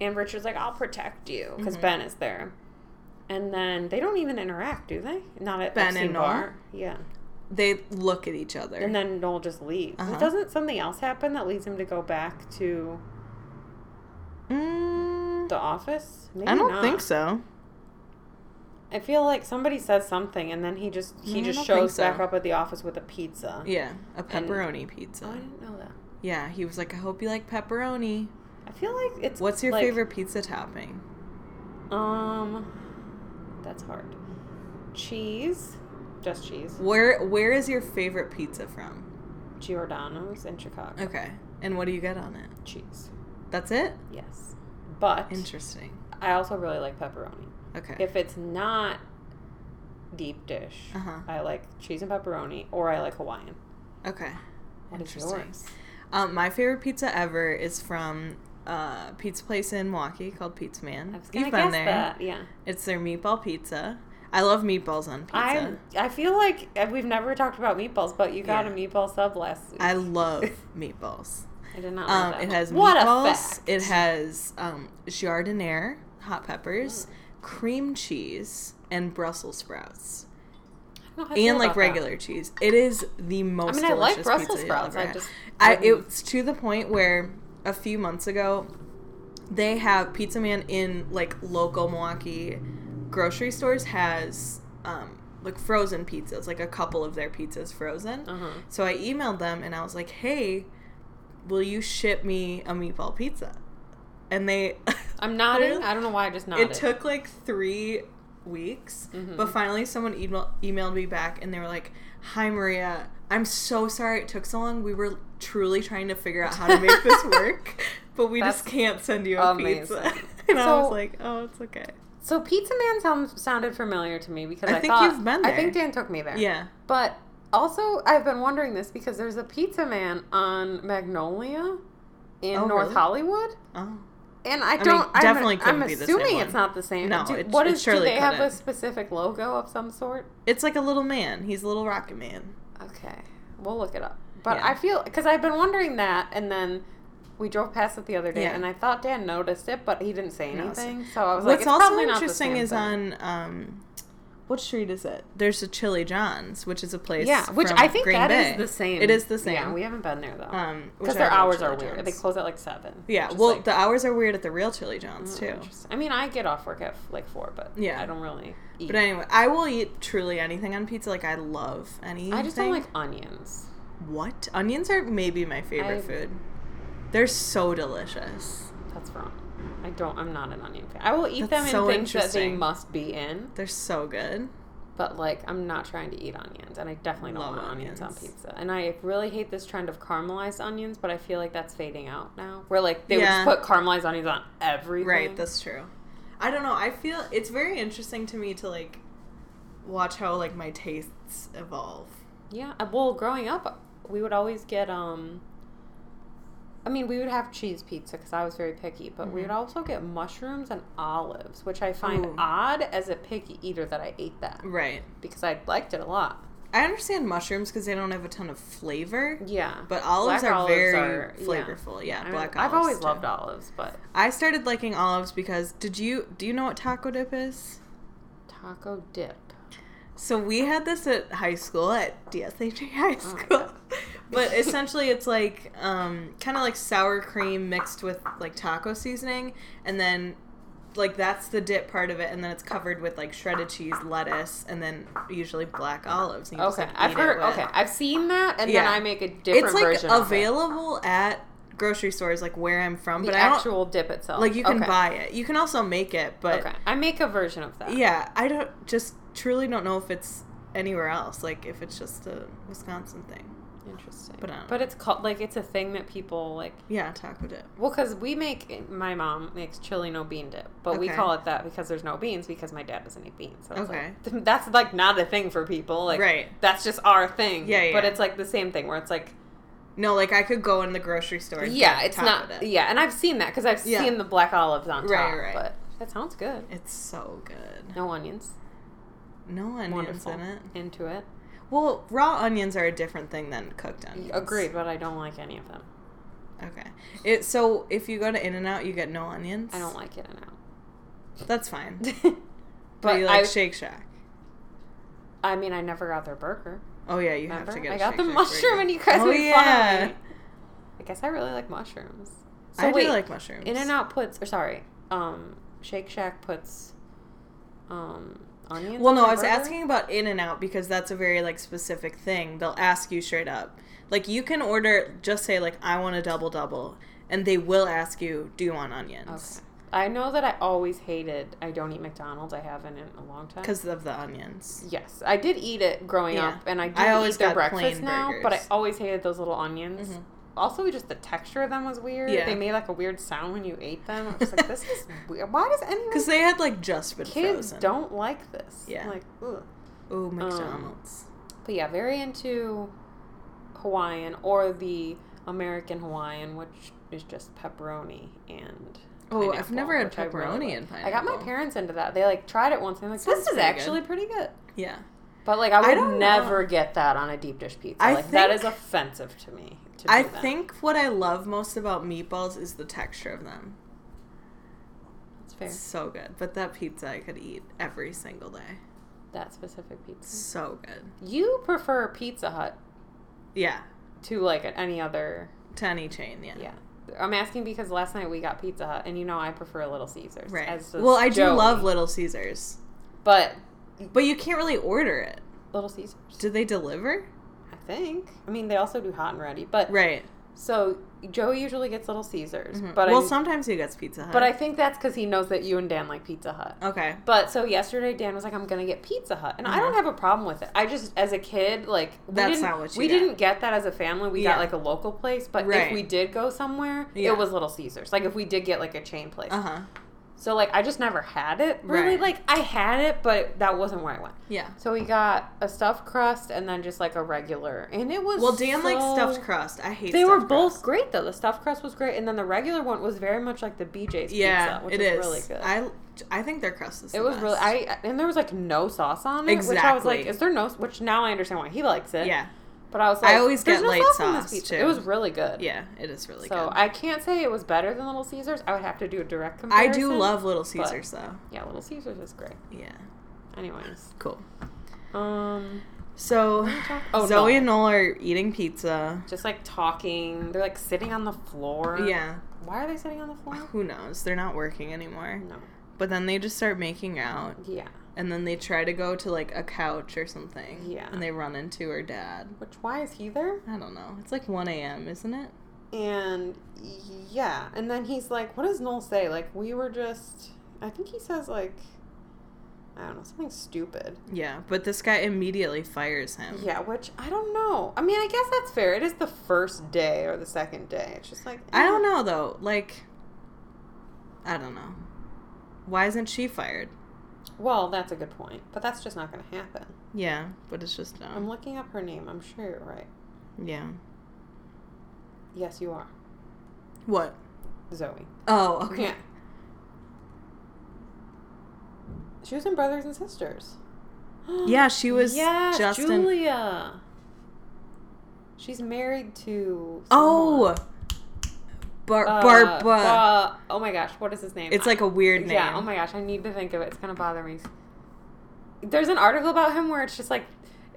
[SPEAKER 2] And Richard's like, I'll protect you because
[SPEAKER 3] Mm-hmm.
[SPEAKER 2] Ben is there. And then they don't even interact, do they? Not at
[SPEAKER 3] Ben
[SPEAKER 2] Epstein
[SPEAKER 3] and Noel?
[SPEAKER 2] Bar. Yeah.
[SPEAKER 3] They look at each other.
[SPEAKER 2] And then Noel just leaves.
[SPEAKER 3] Uh-huh.
[SPEAKER 2] Doesn't something else happen that leads him to go back to
[SPEAKER 3] Mm,
[SPEAKER 2] the office? Maybe
[SPEAKER 3] I don't
[SPEAKER 2] not.
[SPEAKER 3] think so.
[SPEAKER 2] I feel like somebody says something and then he just he
[SPEAKER 3] Mm, I
[SPEAKER 2] just
[SPEAKER 3] don't think
[SPEAKER 2] shows
[SPEAKER 3] so.
[SPEAKER 2] back up at the office with a pizza.
[SPEAKER 3] Yeah, a pepperoni
[SPEAKER 2] Oh, I
[SPEAKER 3] pizza.
[SPEAKER 2] didn't know that.
[SPEAKER 3] Yeah, he was like, I hope you like pepperoni.
[SPEAKER 2] I feel like it's
[SPEAKER 3] What's your
[SPEAKER 2] like,
[SPEAKER 3] favorite pizza topping?
[SPEAKER 2] Um that's hard. Cheese. Just cheese.
[SPEAKER 3] Where Where is your favorite pizza from?
[SPEAKER 2] Giordano's in Chicago.
[SPEAKER 3] Okay. And what do you get on it?
[SPEAKER 2] Cheese.
[SPEAKER 3] That's it?
[SPEAKER 2] Yes. But
[SPEAKER 3] Interesting.
[SPEAKER 2] I also really like pepperoni.
[SPEAKER 3] Okay.
[SPEAKER 2] If it's not deep dish,
[SPEAKER 3] Uh-huh.
[SPEAKER 2] I like cheese and pepperoni or I like Hawaiian.
[SPEAKER 3] okay.
[SPEAKER 2] What is
[SPEAKER 3] Interesting.
[SPEAKER 2] yours?
[SPEAKER 3] Um, my favorite pizza ever is from uh, pizza place in Milwaukee called Pizza Man.
[SPEAKER 2] I was gonna guess that. Yeah.
[SPEAKER 3] It's their meatball pizza. I love meatballs on pizza.
[SPEAKER 2] I
[SPEAKER 3] i
[SPEAKER 2] I feel like eh, we've never talked about meatballs, but you got
[SPEAKER 3] Yeah.
[SPEAKER 2] a meatball sub last week.
[SPEAKER 3] love meatballs.
[SPEAKER 2] I did not. Like
[SPEAKER 3] Um,
[SPEAKER 2] that
[SPEAKER 3] it
[SPEAKER 2] one.
[SPEAKER 3] has
[SPEAKER 2] what A
[SPEAKER 3] meatballs.
[SPEAKER 2] fact.
[SPEAKER 3] It has um, jardiniere, hot peppers,
[SPEAKER 2] Mm.
[SPEAKER 3] cream cheese, and Brussels sprouts,
[SPEAKER 2] I don't know how I feel
[SPEAKER 3] and like
[SPEAKER 2] about that.
[SPEAKER 3] regular cheese. It is the most.
[SPEAKER 2] I mean, I like
[SPEAKER 3] delicious
[SPEAKER 2] Brussels
[SPEAKER 3] pizza you'll
[SPEAKER 2] sprouts.
[SPEAKER 3] ever
[SPEAKER 2] I
[SPEAKER 3] have.
[SPEAKER 2] just
[SPEAKER 3] I,
[SPEAKER 2] wouldn't-
[SPEAKER 3] it's to the point where a few months ago, they have Pizza Man in like local Milwaukee grocery stores has um, like frozen pizzas, like a couple of their pizzas frozen.
[SPEAKER 2] Uh-huh.
[SPEAKER 3] So I emailed them and I was like, "Hey, will you ship me a meatball pizza?" And they,
[SPEAKER 2] I'm nodding.
[SPEAKER 3] Literally-
[SPEAKER 2] I don't know why I just nodded.
[SPEAKER 3] it took like three weeks,
[SPEAKER 2] Mm-hmm.
[SPEAKER 3] but finally someone email- emailed me back and they were like, "Hi Maria, I'm so sorry it took so long. We were truly trying to figure out how to make this work, but we just
[SPEAKER 2] That's
[SPEAKER 3] can't send you a pizza."
[SPEAKER 2] amazing.
[SPEAKER 3] and I was
[SPEAKER 2] So-
[SPEAKER 3] like, "Oh, it's okay."
[SPEAKER 2] So Pizza Man sound, sounded familiar to me because
[SPEAKER 3] I
[SPEAKER 2] I,
[SPEAKER 3] think
[SPEAKER 2] thought
[SPEAKER 3] you've been
[SPEAKER 2] I think
[SPEAKER 3] there.
[SPEAKER 2] Dan took me there.
[SPEAKER 3] Yeah.
[SPEAKER 2] But also, I've been wondering this because there's a Pizza Man on Magnolia in
[SPEAKER 3] Oh,
[SPEAKER 2] North
[SPEAKER 3] really?
[SPEAKER 2] Hollywood,
[SPEAKER 3] Oh.
[SPEAKER 2] and I
[SPEAKER 3] mean,
[SPEAKER 2] don't. I'm-
[SPEAKER 3] definitely
[SPEAKER 2] I'm,
[SPEAKER 3] couldn't be the same
[SPEAKER 2] assuming
[SPEAKER 3] one.
[SPEAKER 2] it's not the same.
[SPEAKER 3] No,
[SPEAKER 2] do,
[SPEAKER 3] it-
[SPEAKER 2] what
[SPEAKER 3] it
[SPEAKER 2] is? do
[SPEAKER 3] surely
[SPEAKER 2] they have a
[SPEAKER 3] couldn't.
[SPEAKER 2] specific logo of some sort?
[SPEAKER 3] It's like a little man. He's a little rocket man.
[SPEAKER 2] Okay, we'll look it up. But
[SPEAKER 3] Yeah.
[SPEAKER 2] I feel because I've been wondering that, and then we drove past it the other day,
[SPEAKER 3] Yeah.
[SPEAKER 2] and I thought Dan noticed it, but he didn't say
[SPEAKER 3] No,
[SPEAKER 2] anything.
[SPEAKER 3] it's-
[SPEAKER 2] so I was like,
[SPEAKER 3] What's
[SPEAKER 2] it's
[SPEAKER 3] also
[SPEAKER 2] probably not the
[SPEAKER 3] interesting
[SPEAKER 2] same
[SPEAKER 3] is
[SPEAKER 2] thing.
[SPEAKER 3] on um, what street is it? There's a Chili John's, which is a place.
[SPEAKER 2] Yeah, which
[SPEAKER 3] from
[SPEAKER 2] I think
[SPEAKER 3] Green
[SPEAKER 2] that is
[SPEAKER 3] Bay.
[SPEAKER 2] the same.
[SPEAKER 3] It is the same.
[SPEAKER 2] Yeah, we haven't been there though.
[SPEAKER 3] um, which
[SPEAKER 2] because
[SPEAKER 3] I
[SPEAKER 2] their
[SPEAKER 3] love
[SPEAKER 2] hours
[SPEAKER 3] Chili
[SPEAKER 2] are weird. They
[SPEAKER 3] John's.
[SPEAKER 2] close at like seven.
[SPEAKER 3] Yeah,
[SPEAKER 2] which is,
[SPEAKER 3] well,
[SPEAKER 2] like,
[SPEAKER 3] the hours are weird at the real Chili John's
[SPEAKER 2] not
[SPEAKER 3] too.
[SPEAKER 2] interesting. I mean, I get off work at like four, but yeah,
[SPEAKER 3] Yeah.
[SPEAKER 2] I don't really eat.
[SPEAKER 3] But anyway, I will eat truly anything on pizza. Like I love anything.
[SPEAKER 2] I just don't like onions.
[SPEAKER 3] what onions are maybe my favorite
[SPEAKER 2] I-
[SPEAKER 3] food. They're so delicious.
[SPEAKER 2] That's wrong. I don't. I'm not an onion fan. I will eat
[SPEAKER 3] That's
[SPEAKER 2] them in
[SPEAKER 3] so
[SPEAKER 2] things that they
[SPEAKER 3] interesting.
[SPEAKER 2] must be in,
[SPEAKER 3] They're so good.
[SPEAKER 2] but like I'm not trying to eat onions, and I definitely don't
[SPEAKER 3] Love
[SPEAKER 2] want onions. on
[SPEAKER 3] onions.
[SPEAKER 2] pizza. And I really hate this trend of caramelized onions, but I feel like that's fading out now. Where like they
[SPEAKER 3] Yeah.
[SPEAKER 2] would just put caramelized onions on everything.
[SPEAKER 3] Right, that's true. I don't know. I feel it's very interesting to me to like watch how like my tastes evolve.
[SPEAKER 2] Yeah. uh, Well, growing up, we would always get um I mean, we would have cheese pizza because I was very picky, but we would also get mushrooms and olives, which I find
[SPEAKER 3] Mm-hmm. Ooh.
[SPEAKER 2] odd as a picky eater that I ate that
[SPEAKER 3] Right.
[SPEAKER 2] because I liked it a lot.
[SPEAKER 3] I understand mushrooms because they don't have a ton of flavor,
[SPEAKER 2] Yeah.
[SPEAKER 3] but olives
[SPEAKER 2] Black
[SPEAKER 3] are
[SPEAKER 2] olives
[SPEAKER 3] very
[SPEAKER 2] are- yeah.
[SPEAKER 3] flavorful. Yeah,
[SPEAKER 2] I mean,
[SPEAKER 3] black olives.
[SPEAKER 2] I've always
[SPEAKER 3] too.
[SPEAKER 2] loved olives, but
[SPEAKER 3] I started liking olives because did you do you know what taco dip is?
[SPEAKER 2] taco dip.
[SPEAKER 3] So we had this at high school at DSHA high
[SPEAKER 2] Oh my
[SPEAKER 3] school.
[SPEAKER 2] God.
[SPEAKER 3] but essentially it's like um, kind of like sour cream mixed with like taco seasoning and then like that's the dip part of it and then it's covered with like shredded cheese, lettuce and then usually black olives. and you just,
[SPEAKER 2] Okay,
[SPEAKER 3] like,
[SPEAKER 2] I've
[SPEAKER 3] eat it
[SPEAKER 2] heard.
[SPEAKER 3] with-
[SPEAKER 2] Okay, I've seen that, and
[SPEAKER 3] Yeah.
[SPEAKER 2] then I make a different
[SPEAKER 3] It's like
[SPEAKER 2] version. of it.
[SPEAKER 3] available at grocery stores like where I'm from,
[SPEAKER 2] The
[SPEAKER 3] but I don't
[SPEAKER 2] actual dip itself.
[SPEAKER 3] like you can
[SPEAKER 2] Okay,
[SPEAKER 3] buy it. You can also make it, but
[SPEAKER 2] Okay, I make a version of that.
[SPEAKER 3] Yeah, I don't just truly don't know if it's anywhere else. Like if it's just a Wisconsin thing.
[SPEAKER 2] Interesting.
[SPEAKER 3] But, um,
[SPEAKER 2] but it's called like it's a thing that people like.
[SPEAKER 3] Yeah, taco dip.
[SPEAKER 2] Well, because we make my mom makes chili no bean dip, but we
[SPEAKER 3] Okay.
[SPEAKER 2] call it that because there's no beans because my dad doesn't eat beans. So it's
[SPEAKER 3] Okay.
[SPEAKER 2] like, that's like not a thing for people. Like
[SPEAKER 3] Right.
[SPEAKER 2] That's just our thing.
[SPEAKER 3] Yeah,
[SPEAKER 2] But
[SPEAKER 3] yeah.
[SPEAKER 2] it's like the same thing where it's like
[SPEAKER 3] No, like I could go in the grocery store. And
[SPEAKER 2] yeah,
[SPEAKER 3] get
[SPEAKER 2] it's
[SPEAKER 3] taco
[SPEAKER 2] not e-
[SPEAKER 3] Dip.
[SPEAKER 2] yeah, and I've seen that because I've
[SPEAKER 3] Yeah.
[SPEAKER 2] seen the black olives on top.
[SPEAKER 3] Right, right.
[SPEAKER 2] But that sounds good.
[SPEAKER 3] It's so good.
[SPEAKER 2] No onions.
[SPEAKER 3] No onions
[SPEAKER 2] Wonderful.
[SPEAKER 3] in it.
[SPEAKER 2] Into it.
[SPEAKER 3] Well, raw onions are a different thing than cooked onions.
[SPEAKER 2] Agreed, but I don't like any of them.
[SPEAKER 3] Okay. It so if you go to In and Out, you get no onions.
[SPEAKER 2] I don't like it and out.
[SPEAKER 3] That's fine. But,
[SPEAKER 2] but
[SPEAKER 3] you like
[SPEAKER 2] I,
[SPEAKER 3] Shake Shack.
[SPEAKER 2] I mean, I never got their burger.
[SPEAKER 3] Oh yeah, you
[SPEAKER 2] Remember?
[SPEAKER 3] have to get.
[SPEAKER 2] I
[SPEAKER 3] a
[SPEAKER 2] got
[SPEAKER 3] Shake
[SPEAKER 2] the
[SPEAKER 3] Shack
[SPEAKER 2] mushroom
[SPEAKER 3] burger.
[SPEAKER 2] and you guys
[SPEAKER 3] Oh,
[SPEAKER 2] made fun
[SPEAKER 3] yeah.
[SPEAKER 2] of me. I guess I really like mushrooms.
[SPEAKER 3] I
[SPEAKER 2] wait,
[SPEAKER 3] do like mushrooms.
[SPEAKER 2] In and Out puts, or sorry, um, Shake Shack puts, um, onions.
[SPEAKER 3] Well,
[SPEAKER 2] on
[SPEAKER 3] no,
[SPEAKER 2] their
[SPEAKER 3] I was
[SPEAKER 2] burger?
[SPEAKER 3] asking about In and Out because that's a very like specific thing. They'll ask you straight up. Like you can order, just say like I want a double double, and they will ask you, do you want onions?
[SPEAKER 2] Okay. I know that I always hated. I don't eat McDonald's. I haven't in a long time.
[SPEAKER 3] Because of the onions.
[SPEAKER 2] Yes, I did eat it growing
[SPEAKER 3] Yeah.
[SPEAKER 2] up, and I do
[SPEAKER 3] I always
[SPEAKER 2] eat their
[SPEAKER 3] got
[SPEAKER 2] breakfast
[SPEAKER 3] plain
[SPEAKER 2] now. But I
[SPEAKER 3] burgers. Mm-hmm.
[SPEAKER 2] always hated those little onions. Also, just the texture of them was weird.
[SPEAKER 3] Yeah.
[SPEAKER 2] They made like a weird sound when you ate them. I was like, this is weird. Why does anyone?
[SPEAKER 3] Because they had like just been
[SPEAKER 2] Kids
[SPEAKER 3] frozen.
[SPEAKER 2] don't um, like this.
[SPEAKER 3] Yeah.
[SPEAKER 2] Like, ugh.
[SPEAKER 3] Ooh, McDonald's.
[SPEAKER 2] but yeah, very into Hawaiian or the American Hawaiian, which is just pepperoni and
[SPEAKER 3] Oh, I've never had
[SPEAKER 2] which I really
[SPEAKER 3] pepperoni
[SPEAKER 2] like.
[SPEAKER 3] and
[SPEAKER 2] I got my
[SPEAKER 3] pineapple.
[SPEAKER 2] parents into that. They like tried it once and they're like,
[SPEAKER 3] Sounds
[SPEAKER 2] this is
[SPEAKER 3] pretty good."
[SPEAKER 2] actually pretty good.
[SPEAKER 3] Yeah.
[SPEAKER 2] But like, I would
[SPEAKER 3] don't
[SPEAKER 2] never get that on a deep dish pizza.
[SPEAKER 3] I
[SPEAKER 2] like that
[SPEAKER 3] think-
[SPEAKER 2] is offensive to me. To
[SPEAKER 3] I
[SPEAKER 2] do that.
[SPEAKER 3] think what I love most about meatballs is the texture of them.
[SPEAKER 2] it's fair.
[SPEAKER 3] It's so good. But that pizza I could eat every single day.
[SPEAKER 2] That specific pizza.
[SPEAKER 3] So good.
[SPEAKER 2] You prefer Pizza Hut
[SPEAKER 3] Yeah.
[SPEAKER 2] to like any other?
[SPEAKER 3] Tiny chain, yeah.
[SPEAKER 2] Yeah. I'm asking because last night we got Pizza Hut, and you know I prefer Little Caesars.
[SPEAKER 3] Right.
[SPEAKER 2] as does
[SPEAKER 3] well, I do
[SPEAKER 2] Joey.
[SPEAKER 3] love Little Caesars.
[SPEAKER 2] but
[SPEAKER 3] But you can't really order it.
[SPEAKER 2] Little Caesars.
[SPEAKER 3] Do they deliver?
[SPEAKER 2] I think. I mean, they also do hot and ready, but
[SPEAKER 3] Right.
[SPEAKER 2] so Joey usually gets Little Caesars,
[SPEAKER 3] Mhm.
[SPEAKER 2] but
[SPEAKER 3] well,
[SPEAKER 2] I,
[SPEAKER 3] sometimes he gets Pizza Hut.
[SPEAKER 2] but I think that's because he knows that you and Dan like Pizza Hut.
[SPEAKER 3] Okay.
[SPEAKER 2] But so yesterday, Dan was like, "I'm gonna get Pizza Hut," and I
[SPEAKER 3] Mhm.
[SPEAKER 2] don't have a problem with it. I just, as a kid, like we
[SPEAKER 3] That's
[SPEAKER 2] didn't,
[SPEAKER 3] not what you
[SPEAKER 2] we
[SPEAKER 3] got.
[SPEAKER 2] didn't get that as a family. We
[SPEAKER 3] Yeah.
[SPEAKER 2] got like a local place, but
[SPEAKER 3] Right.
[SPEAKER 2] if we did go somewhere,
[SPEAKER 3] Yeah.
[SPEAKER 2] it was Little Caesars. Like if we did get like a chain place,
[SPEAKER 3] Uh huh.
[SPEAKER 2] so like I just never had it. Really,
[SPEAKER 3] Right.
[SPEAKER 2] like I had it, but that wasn't where I went.
[SPEAKER 3] Yeah.
[SPEAKER 2] So we got a stuffed crust and then just like a regular, and it was
[SPEAKER 3] Well, Dan likes
[SPEAKER 2] so-
[SPEAKER 3] stuffed crust. I hate.
[SPEAKER 2] They were
[SPEAKER 3] stuffed
[SPEAKER 2] both
[SPEAKER 3] crust.
[SPEAKER 2] great though. The stuffed crust was great, and then the regular one was very much like the BJ's
[SPEAKER 3] Yeah,
[SPEAKER 2] pizza, which
[SPEAKER 3] it
[SPEAKER 2] is
[SPEAKER 3] is
[SPEAKER 2] really good.
[SPEAKER 3] I I think their crust is.
[SPEAKER 2] It
[SPEAKER 3] the
[SPEAKER 2] was really
[SPEAKER 3] best.
[SPEAKER 2] I and there was like no sauce on it, which I was like,
[SPEAKER 3] Exactly.
[SPEAKER 2] is there no? Which now I understand why he likes it.
[SPEAKER 3] yeah
[SPEAKER 2] but I was
[SPEAKER 3] I
[SPEAKER 2] like,
[SPEAKER 3] always
[SPEAKER 2] there's
[SPEAKER 3] get
[SPEAKER 2] no
[SPEAKER 3] light
[SPEAKER 2] on this
[SPEAKER 3] sauce,
[SPEAKER 2] pizza.
[SPEAKER 3] too.
[SPEAKER 2] It was really good.
[SPEAKER 3] yeah it is really
[SPEAKER 2] so
[SPEAKER 3] good. I,
[SPEAKER 2] I can't say it was better than Little Caesars. I would have to do a direct comparison.
[SPEAKER 3] do love Little Caesars though.
[SPEAKER 2] Yeah, Little Caesars is great.
[SPEAKER 3] Yeah,
[SPEAKER 2] Anyways,
[SPEAKER 3] cool.
[SPEAKER 2] um,
[SPEAKER 3] So
[SPEAKER 2] talk- oh,
[SPEAKER 3] Zoe
[SPEAKER 2] Noel.
[SPEAKER 3] and Noel are eating pizza.
[SPEAKER 2] just like talking, they're like sitting on the floor.
[SPEAKER 3] Yeah,
[SPEAKER 2] Why are they sitting on the floor?
[SPEAKER 3] who knows? They're not working anymore.
[SPEAKER 2] No.
[SPEAKER 3] But then they just start making out,
[SPEAKER 2] Yeah.
[SPEAKER 3] and then they try to go to like a couch or something.
[SPEAKER 2] Yeah.
[SPEAKER 3] and they run into her dad.
[SPEAKER 2] Which why is he there?
[SPEAKER 3] I don't know. It's like 1 a.m., isn't it?
[SPEAKER 2] And yeah, and then he's like, "What does Noel say?" Like we were just, I think he says like, I don't know, something stupid.
[SPEAKER 3] Yeah, but this guy immediately fires him.
[SPEAKER 2] Yeah, which I don't know. I mean, I guess that's fair. It is the first day or the second day. It's just like
[SPEAKER 3] I don't know though. Like, I don't know. Why isn't she fired?
[SPEAKER 2] Well, that's a good point, but that's just not going to happen.
[SPEAKER 3] Yeah, but it's just
[SPEAKER 2] I'm
[SPEAKER 3] dumb.
[SPEAKER 2] looking up her name. I'm sure you're right.
[SPEAKER 3] Yeah.
[SPEAKER 2] Yes, you are,
[SPEAKER 3] What?
[SPEAKER 2] Zoe.
[SPEAKER 3] Oh, okay.
[SPEAKER 2] Yeah. She was in Brothers and Sisters.
[SPEAKER 3] Yeah, she was
[SPEAKER 2] Yes,
[SPEAKER 3] just in-
[SPEAKER 2] Julia. She's married to.
[SPEAKER 3] Oh.
[SPEAKER 2] someone.
[SPEAKER 3] Bar-
[SPEAKER 2] Uh,
[SPEAKER 3] Barbara.
[SPEAKER 2] Ba- oh my gosh, what is his name?
[SPEAKER 3] it's like a weird name.
[SPEAKER 2] Yeah. Oh my gosh, I need to think of it. It's gonna bother me. There's an article about him where it's just like,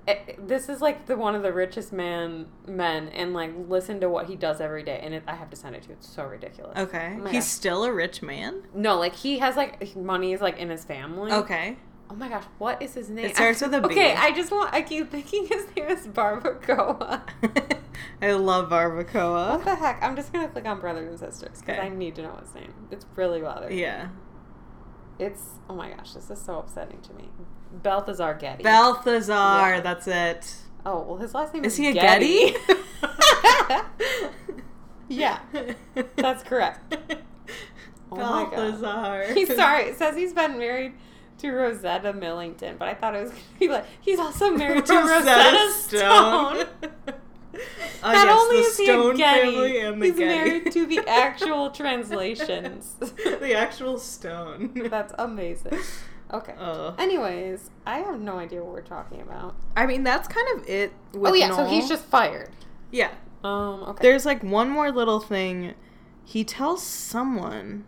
[SPEAKER 2] eh, this is like the one of the richest man men, and like listen to what he does every day, and it, I have to send it to you. It's so ridiculous.
[SPEAKER 3] Okay.
[SPEAKER 2] Oh my
[SPEAKER 3] He's
[SPEAKER 2] gosh.
[SPEAKER 3] still a rich man?
[SPEAKER 2] No, like he has like money is like in his family.
[SPEAKER 3] Okay.
[SPEAKER 2] Oh my gosh, what is his name?
[SPEAKER 3] It starts with a B.
[SPEAKER 2] Okay, I just want. I keep thinking his name is Barbacoa.
[SPEAKER 3] I love
[SPEAKER 2] What
[SPEAKER 3] barbacoa.
[SPEAKER 2] the heck? I'm just gonna click on brothers and sisters because
[SPEAKER 3] Okay.
[SPEAKER 2] I need to know his name. It's really bothering. me.
[SPEAKER 3] Yeah.
[SPEAKER 2] It's oh my gosh, this is so upsetting to me. Balthazar Getty.
[SPEAKER 3] Balthazar,
[SPEAKER 2] Yeah.
[SPEAKER 3] that's it.
[SPEAKER 2] oh well, his last name is.
[SPEAKER 3] Is he a
[SPEAKER 2] Getty?
[SPEAKER 3] Getty?
[SPEAKER 2] yeah, that's correct. Oh my God.
[SPEAKER 3] Balthazar.
[SPEAKER 2] He's sorry. It says he's been married to Rosetta Millington, but I thought it was gonna be like he's also married to Rosetta, Stone.
[SPEAKER 3] Oh,
[SPEAKER 2] Not
[SPEAKER 3] yes,
[SPEAKER 2] only
[SPEAKER 3] the
[SPEAKER 2] is he a
[SPEAKER 3] Stone
[SPEAKER 2] Getty,
[SPEAKER 3] family and the
[SPEAKER 2] he's
[SPEAKER 3] Getty.
[SPEAKER 2] married to the actual translations.
[SPEAKER 3] the actual stone.
[SPEAKER 2] That's amazing. Okay.
[SPEAKER 3] Oh.
[SPEAKER 2] Anyways, I have no idea what we're talking about.
[SPEAKER 3] I mean, that's kind of it. With
[SPEAKER 2] oh yeah, so
[SPEAKER 3] Noel.
[SPEAKER 2] he's just fired.
[SPEAKER 3] yeah.
[SPEAKER 2] Um. Okay.
[SPEAKER 3] There's like one more little thing. He tells someone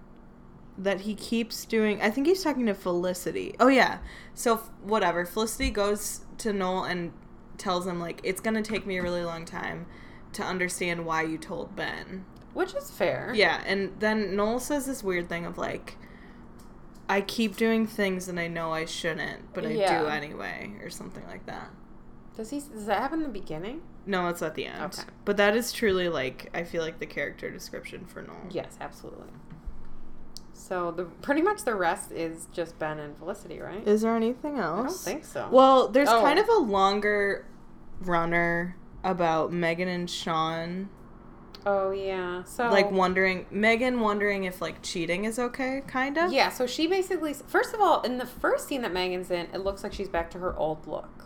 [SPEAKER 3] that he keeps doing. I think he's talking to Felicity. Oh yeah. So f- whatever. Felicity goes to Noel and tells him like it's gonna take me a really long time to understand why you told Ben.
[SPEAKER 2] Which is fair.
[SPEAKER 3] Yeah, and then Noel says this weird thing of like, I keep doing things and I know I shouldn't, but I
[SPEAKER 2] Yeah.
[SPEAKER 3] do anyway, or something like that.
[SPEAKER 2] Does he? Does that happen in the beginning?
[SPEAKER 3] No, it's at the end.
[SPEAKER 2] Okay.
[SPEAKER 3] But that is truly like I feel like the character description for Noel.
[SPEAKER 2] Yes, absolutely. So the pretty much the rest is just Ben and Felicity, right?
[SPEAKER 3] Is there anything else?
[SPEAKER 2] I don't think so.
[SPEAKER 3] Well, there's
[SPEAKER 2] Oh.
[SPEAKER 3] kind of a longer runner about Megan and Sean
[SPEAKER 2] oh yeah. So
[SPEAKER 3] like wondering Megan wondering if like cheating is okay, kind of.
[SPEAKER 2] Yeah. So she basically, first of all, in the first scene that Megan's in, it looks like she's back to her old look,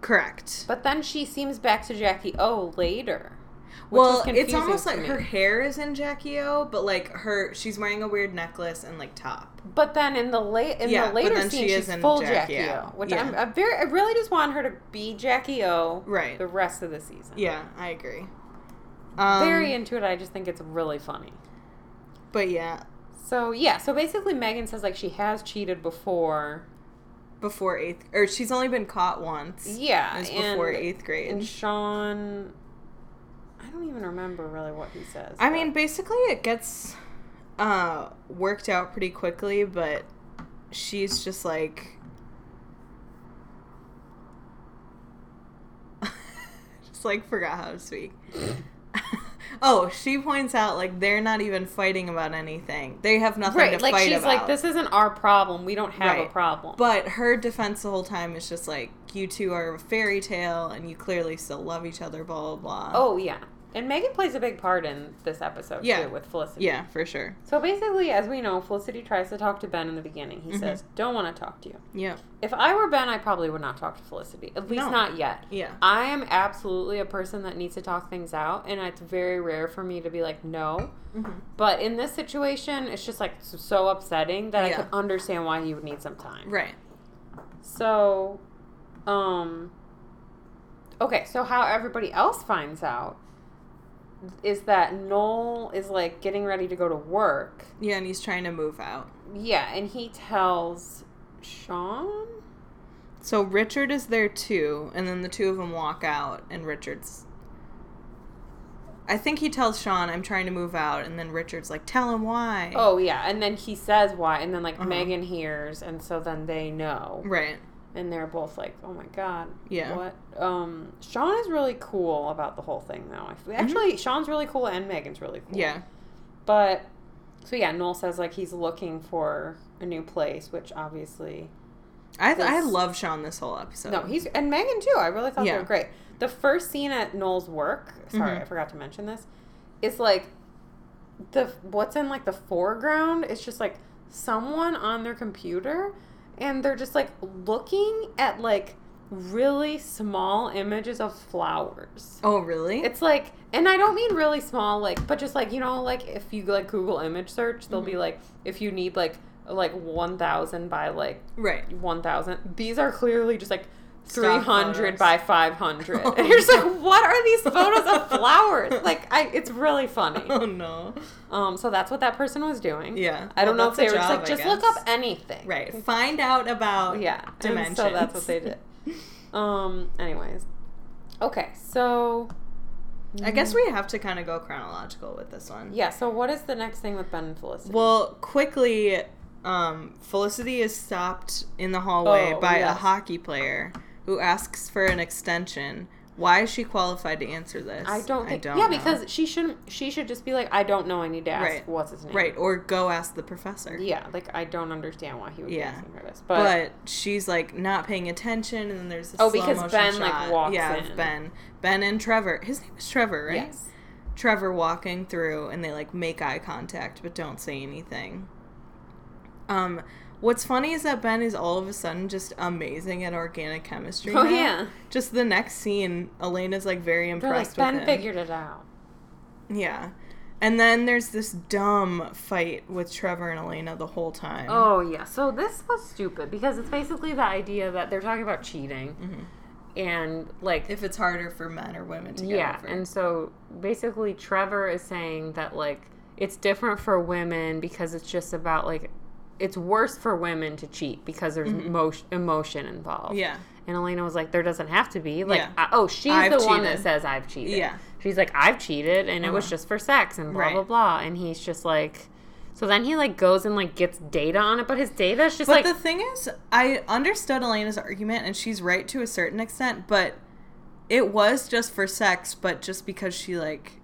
[SPEAKER 3] Correct.
[SPEAKER 2] but then she seems back to Jackie O later. Which was
[SPEAKER 3] well, it's
[SPEAKER 2] confusing
[SPEAKER 3] almost
[SPEAKER 2] to
[SPEAKER 3] like
[SPEAKER 2] me.
[SPEAKER 3] her hair is in Jackie O, but like her, she's wearing a weird necklace and like top.
[SPEAKER 2] But then in the late in
[SPEAKER 3] Yeah,
[SPEAKER 2] the
[SPEAKER 3] but
[SPEAKER 2] later
[SPEAKER 3] then
[SPEAKER 2] scene,
[SPEAKER 3] she
[SPEAKER 2] she's
[SPEAKER 3] is in
[SPEAKER 2] full Jackie,
[SPEAKER 3] Jackie
[SPEAKER 2] O,
[SPEAKER 3] O.
[SPEAKER 2] which
[SPEAKER 3] Yeah.
[SPEAKER 2] I'm, I'm very. I really just want her to be Jackie O.
[SPEAKER 3] Right.
[SPEAKER 2] The rest of the season.
[SPEAKER 3] Yeah, I agree. Um,
[SPEAKER 2] Very into it. I just think it's really funny.
[SPEAKER 3] But yeah,
[SPEAKER 2] So yeah. So basically, Megan says like she has cheated before.
[SPEAKER 3] before eighth, or she's only been caught once.
[SPEAKER 2] Yeah.
[SPEAKER 3] It was before
[SPEAKER 2] and-
[SPEAKER 3] eighth grade.
[SPEAKER 2] And Sean, I don't even remember really what he says.
[SPEAKER 3] I
[SPEAKER 2] but-
[SPEAKER 3] mean, basically, it gets uh, worked out pretty quickly, but she's just like. just like forgot how to speak. oh, she points out like they're not even fighting about anything. They have nothing
[SPEAKER 2] right?
[SPEAKER 3] to
[SPEAKER 2] Like
[SPEAKER 3] fight
[SPEAKER 2] she's
[SPEAKER 3] about.
[SPEAKER 2] like, this isn't our problem. We don't have a
[SPEAKER 3] Right.
[SPEAKER 2] problem.
[SPEAKER 3] But her defense the whole time is just like, you two are a fairy tale and you clearly still love each other, blah, blah, blah.
[SPEAKER 2] oh yeah. And Megan plays a big part in this episode
[SPEAKER 3] Yeah.
[SPEAKER 2] too with Felicity.
[SPEAKER 3] yeah, for sure.
[SPEAKER 2] So basically, as we know, Felicity tries to talk to Ben in the beginning.
[SPEAKER 3] Mm-hmm.
[SPEAKER 2] He says, "Don't want to talk to you."
[SPEAKER 3] Yeah.
[SPEAKER 2] If I were Ben, I probably would not talk to Felicity. At least
[SPEAKER 3] No.
[SPEAKER 2] not yet.
[SPEAKER 3] Yeah.
[SPEAKER 2] I am absolutely a person that needs to talk things out, and it's very rare for me to be like, "No."
[SPEAKER 3] Mm-hmm.
[SPEAKER 2] But in this situation, it's just like s- so upsetting that I
[SPEAKER 3] Yeah.
[SPEAKER 2] can understand why he would need some time.
[SPEAKER 3] Right.
[SPEAKER 2] So, um, okay, so how everybody else finds out is that Noel is like getting ready to go to work.
[SPEAKER 3] Yeah, and he's trying to move out.
[SPEAKER 2] Yeah, and he tells Sean?
[SPEAKER 3] So Richard is there too, and then the two of them walk out, and Richard's. I think he tells Sean, I'm trying to move out, and then Richard's like, tell him why.
[SPEAKER 2] Oh, yeah, and then he says why, and then like Megan hears, and so then they know.
[SPEAKER 3] Right.
[SPEAKER 2] And they're both like, oh my god.
[SPEAKER 3] Yeah.
[SPEAKER 2] What? Um, Sean is really cool about the whole thing, though. I f- Actually, Sean's really cool, and Megan's really cool.
[SPEAKER 3] Yeah.
[SPEAKER 2] But so yeah, Noel says like he's looking for a new place, which obviously
[SPEAKER 3] I, I
[SPEAKER 2] This-
[SPEAKER 3] love Sean this whole episode.
[SPEAKER 2] no, he's and Megan too. I really thought they
[SPEAKER 3] Yeah.
[SPEAKER 2] were great. The first scene at Noel's work, sorry, I forgot to mention this, is like the what's in like the foreground is just like someone on their computer and they're just like looking at like really small images of flowers.
[SPEAKER 3] Oh, really?
[SPEAKER 2] It's like, and I don't mean really small, like, but just like you know, like if you like Google image search, they'll be
[SPEAKER 3] Mm-hmm.
[SPEAKER 2] like, if you need like like one thousand by like
[SPEAKER 3] right.
[SPEAKER 2] one thousand, these are clearly just like three
[SPEAKER 3] Stock
[SPEAKER 2] hundred
[SPEAKER 3] photos. Oh,
[SPEAKER 2] by five hundred, and you're just like, what are these photos of flowers? Like, I, it's really funny.
[SPEAKER 3] Oh, no.
[SPEAKER 2] Um, so that's what that person was doing.
[SPEAKER 3] Yeah.
[SPEAKER 2] I don't
[SPEAKER 3] Well,
[SPEAKER 2] know if they were
[SPEAKER 3] that's
[SPEAKER 2] just
[SPEAKER 3] a
[SPEAKER 2] like,
[SPEAKER 3] job, I
[SPEAKER 2] just look
[SPEAKER 3] guess.
[SPEAKER 2] up anything,
[SPEAKER 3] Right. Find out about
[SPEAKER 2] yeah and
[SPEAKER 3] dimensions.
[SPEAKER 2] so that's what they did um anyways okay so
[SPEAKER 3] I guess we have to kind of go chronological with this one.
[SPEAKER 2] yeah so what is the next thing with ben and felicity
[SPEAKER 3] Well, quickly, um, Felicity is stopped in the hallway
[SPEAKER 2] Oh,
[SPEAKER 3] by
[SPEAKER 2] yes.
[SPEAKER 3] a hockey player who asks for an extension. Why is she qualified to answer this?
[SPEAKER 2] i don't think yeah
[SPEAKER 3] know.
[SPEAKER 2] because she shouldn't she should just be like i don't know i need to ask
[SPEAKER 3] Right.
[SPEAKER 2] what's his name
[SPEAKER 3] right or go ask the professor.
[SPEAKER 2] yeah like i don't understand why he would be
[SPEAKER 3] Yeah.
[SPEAKER 2] asking her this but,
[SPEAKER 3] But she's like not paying attention, and then there's this
[SPEAKER 2] Oh, because
[SPEAKER 3] slow-motion
[SPEAKER 2] Ben, like,
[SPEAKER 3] shot.
[SPEAKER 2] walks
[SPEAKER 3] yeah, of
[SPEAKER 2] in.
[SPEAKER 3] Ben, Ben and Trevor. His name is Trevor, right?
[SPEAKER 2] yes
[SPEAKER 3] Trevor walking through and they like make eye contact but don't say anything. Um what's funny is that Ben is all of a sudden just amazing at organic chemistry.
[SPEAKER 2] Oh,
[SPEAKER 3] now.
[SPEAKER 2] yeah.
[SPEAKER 3] Just the next scene, Elena's like very
[SPEAKER 2] they're like
[SPEAKER 3] impressed
[SPEAKER 2] ben
[SPEAKER 3] with him.
[SPEAKER 2] figured it out
[SPEAKER 3] Yeah. And then there's this dumb fight with Trevor and Elena the whole time.
[SPEAKER 2] Oh yeah. So this was stupid because it's basically the idea that they're talking about cheating, and like
[SPEAKER 3] Mm-hmm. If it's harder for men or women to get
[SPEAKER 2] yeah
[SPEAKER 3] over.
[SPEAKER 2] and so basically trevor is saying that like it's different for women because it's just about like it's worse for women to cheat because there's mo- emotion involved
[SPEAKER 3] Mm-hmm. Yeah.
[SPEAKER 2] and elena was like there doesn't have to be like
[SPEAKER 3] Yeah.
[SPEAKER 2] I- oh she's
[SPEAKER 3] I've
[SPEAKER 2] the one that
[SPEAKER 3] cheated.
[SPEAKER 2] says i've cheated
[SPEAKER 3] Yeah. Uh-huh.
[SPEAKER 2] she's like i've cheated and it was just for sex and blah
[SPEAKER 3] Right.
[SPEAKER 2] blah blah and he's just like so then he like goes and like gets data on it but his data is just like
[SPEAKER 3] But the thing is, I understood Elena's argument, and she's right to a certain extent, but it was just for sex, but just because she, like,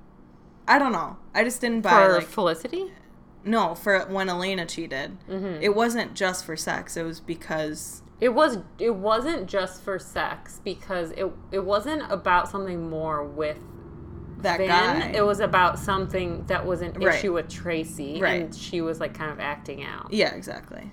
[SPEAKER 3] I don't know. I just didn't buy,
[SPEAKER 2] for
[SPEAKER 3] like,
[SPEAKER 2] felicity
[SPEAKER 3] no, for when Elena cheated.
[SPEAKER 2] Mm-hmm.
[SPEAKER 3] It wasn't just for sex, it was because,
[SPEAKER 2] It was it wasn't just for sex because it it wasn't about something more with
[SPEAKER 3] that
[SPEAKER 2] Ben.
[SPEAKER 3] guy.
[SPEAKER 2] It was about something that was an
[SPEAKER 3] Right.
[SPEAKER 2] issue with Tracy
[SPEAKER 3] Right.
[SPEAKER 2] and she was like kind of acting out.
[SPEAKER 3] yeah, exactly.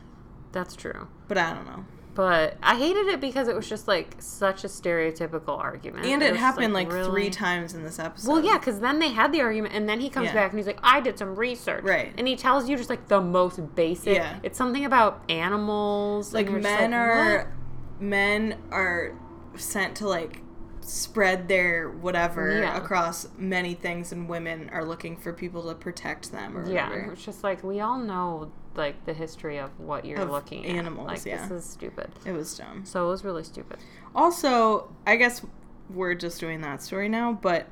[SPEAKER 2] That's true.
[SPEAKER 3] But I don't know.
[SPEAKER 2] But I hated it because it was just like such a stereotypical argument.
[SPEAKER 3] And it
[SPEAKER 2] was just,
[SPEAKER 3] happened like,
[SPEAKER 2] really-
[SPEAKER 3] three times in this episode.
[SPEAKER 2] Well, yeah, because then they had the argument, and then he comes
[SPEAKER 3] Yeah.
[SPEAKER 2] back and he's like, "I did some research,"
[SPEAKER 3] Right.
[SPEAKER 2] And he tells you just like the most basic.
[SPEAKER 3] Yeah.
[SPEAKER 2] It's something about animals.
[SPEAKER 3] like
[SPEAKER 2] and you're just
[SPEAKER 3] men are
[SPEAKER 2] "What?"
[SPEAKER 3] men are sent to like spread their whatever
[SPEAKER 2] Yeah.
[SPEAKER 3] across many things and women are looking for people to protect them or
[SPEAKER 2] Yeah,
[SPEAKER 3] whatever.
[SPEAKER 2] it's just like we all know like the history of what you're
[SPEAKER 3] Of
[SPEAKER 2] looking
[SPEAKER 3] animals,
[SPEAKER 2] at. Like
[SPEAKER 3] yeah.
[SPEAKER 2] this is stupid.
[SPEAKER 3] It was dumb.
[SPEAKER 2] So it was really stupid.
[SPEAKER 3] Also, I guess we're just doing that story now, but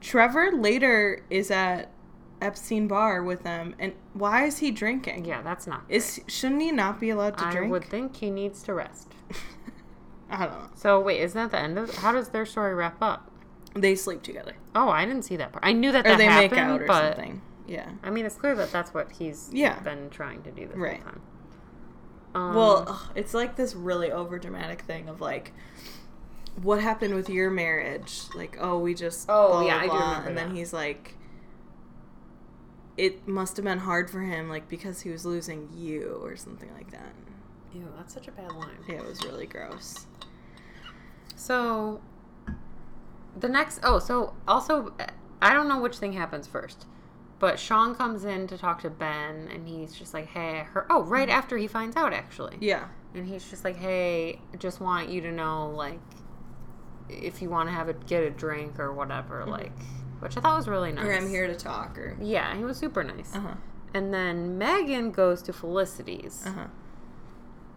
[SPEAKER 3] Trevor later is at Epstein bar with them and why is he drinking?
[SPEAKER 2] Yeah, that's not.
[SPEAKER 3] Is shouldn't he not be allowed to
[SPEAKER 2] I
[SPEAKER 3] drink?
[SPEAKER 2] would think he needs to rest.
[SPEAKER 3] I don't know.
[SPEAKER 2] So wait, isn't that the end of? How does their story wrap up?
[SPEAKER 3] They sleep together.
[SPEAKER 2] Oh, I didn't see that part. I knew that
[SPEAKER 3] Or
[SPEAKER 2] that
[SPEAKER 3] they
[SPEAKER 2] happened,
[SPEAKER 3] make out or
[SPEAKER 2] but
[SPEAKER 3] something. Yeah.
[SPEAKER 2] I mean, it's clear that that's what he's
[SPEAKER 3] Yeah.
[SPEAKER 2] been trying to do this
[SPEAKER 3] Right.
[SPEAKER 2] whole time. Um,
[SPEAKER 3] Well, ugh, it's like this really over dramatic thing of like, what happened with your marriage? Like, oh, we just
[SPEAKER 2] Oh, yeah, I do remember
[SPEAKER 3] and then
[SPEAKER 2] that.
[SPEAKER 3] he's like, it must have been hard for him, like because he was losing you or something like that.
[SPEAKER 2] ew, that's such a bad line.
[SPEAKER 3] Yeah, it was really gross.
[SPEAKER 2] So the next oh, so also uh, I don't know which thing happens first. But Sean comes in to talk to Ben and he's just like, "Hey, I heard Oh, right after he finds out actually.
[SPEAKER 3] Yeah,
[SPEAKER 2] And he's just like, "Hey, just want you to know like if you want to have a get a drink or whatever like which I thought was really nice.
[SPEAKER 3] or I'm Mm-hmm. here to talk, or
[SPEAKER 2] Yeah, he was super nice.
[SPEAKER 3] uh huh,
[SPEAKER 2] And then Megan goes to Felicity's
[SPEAKER 3] uh huh,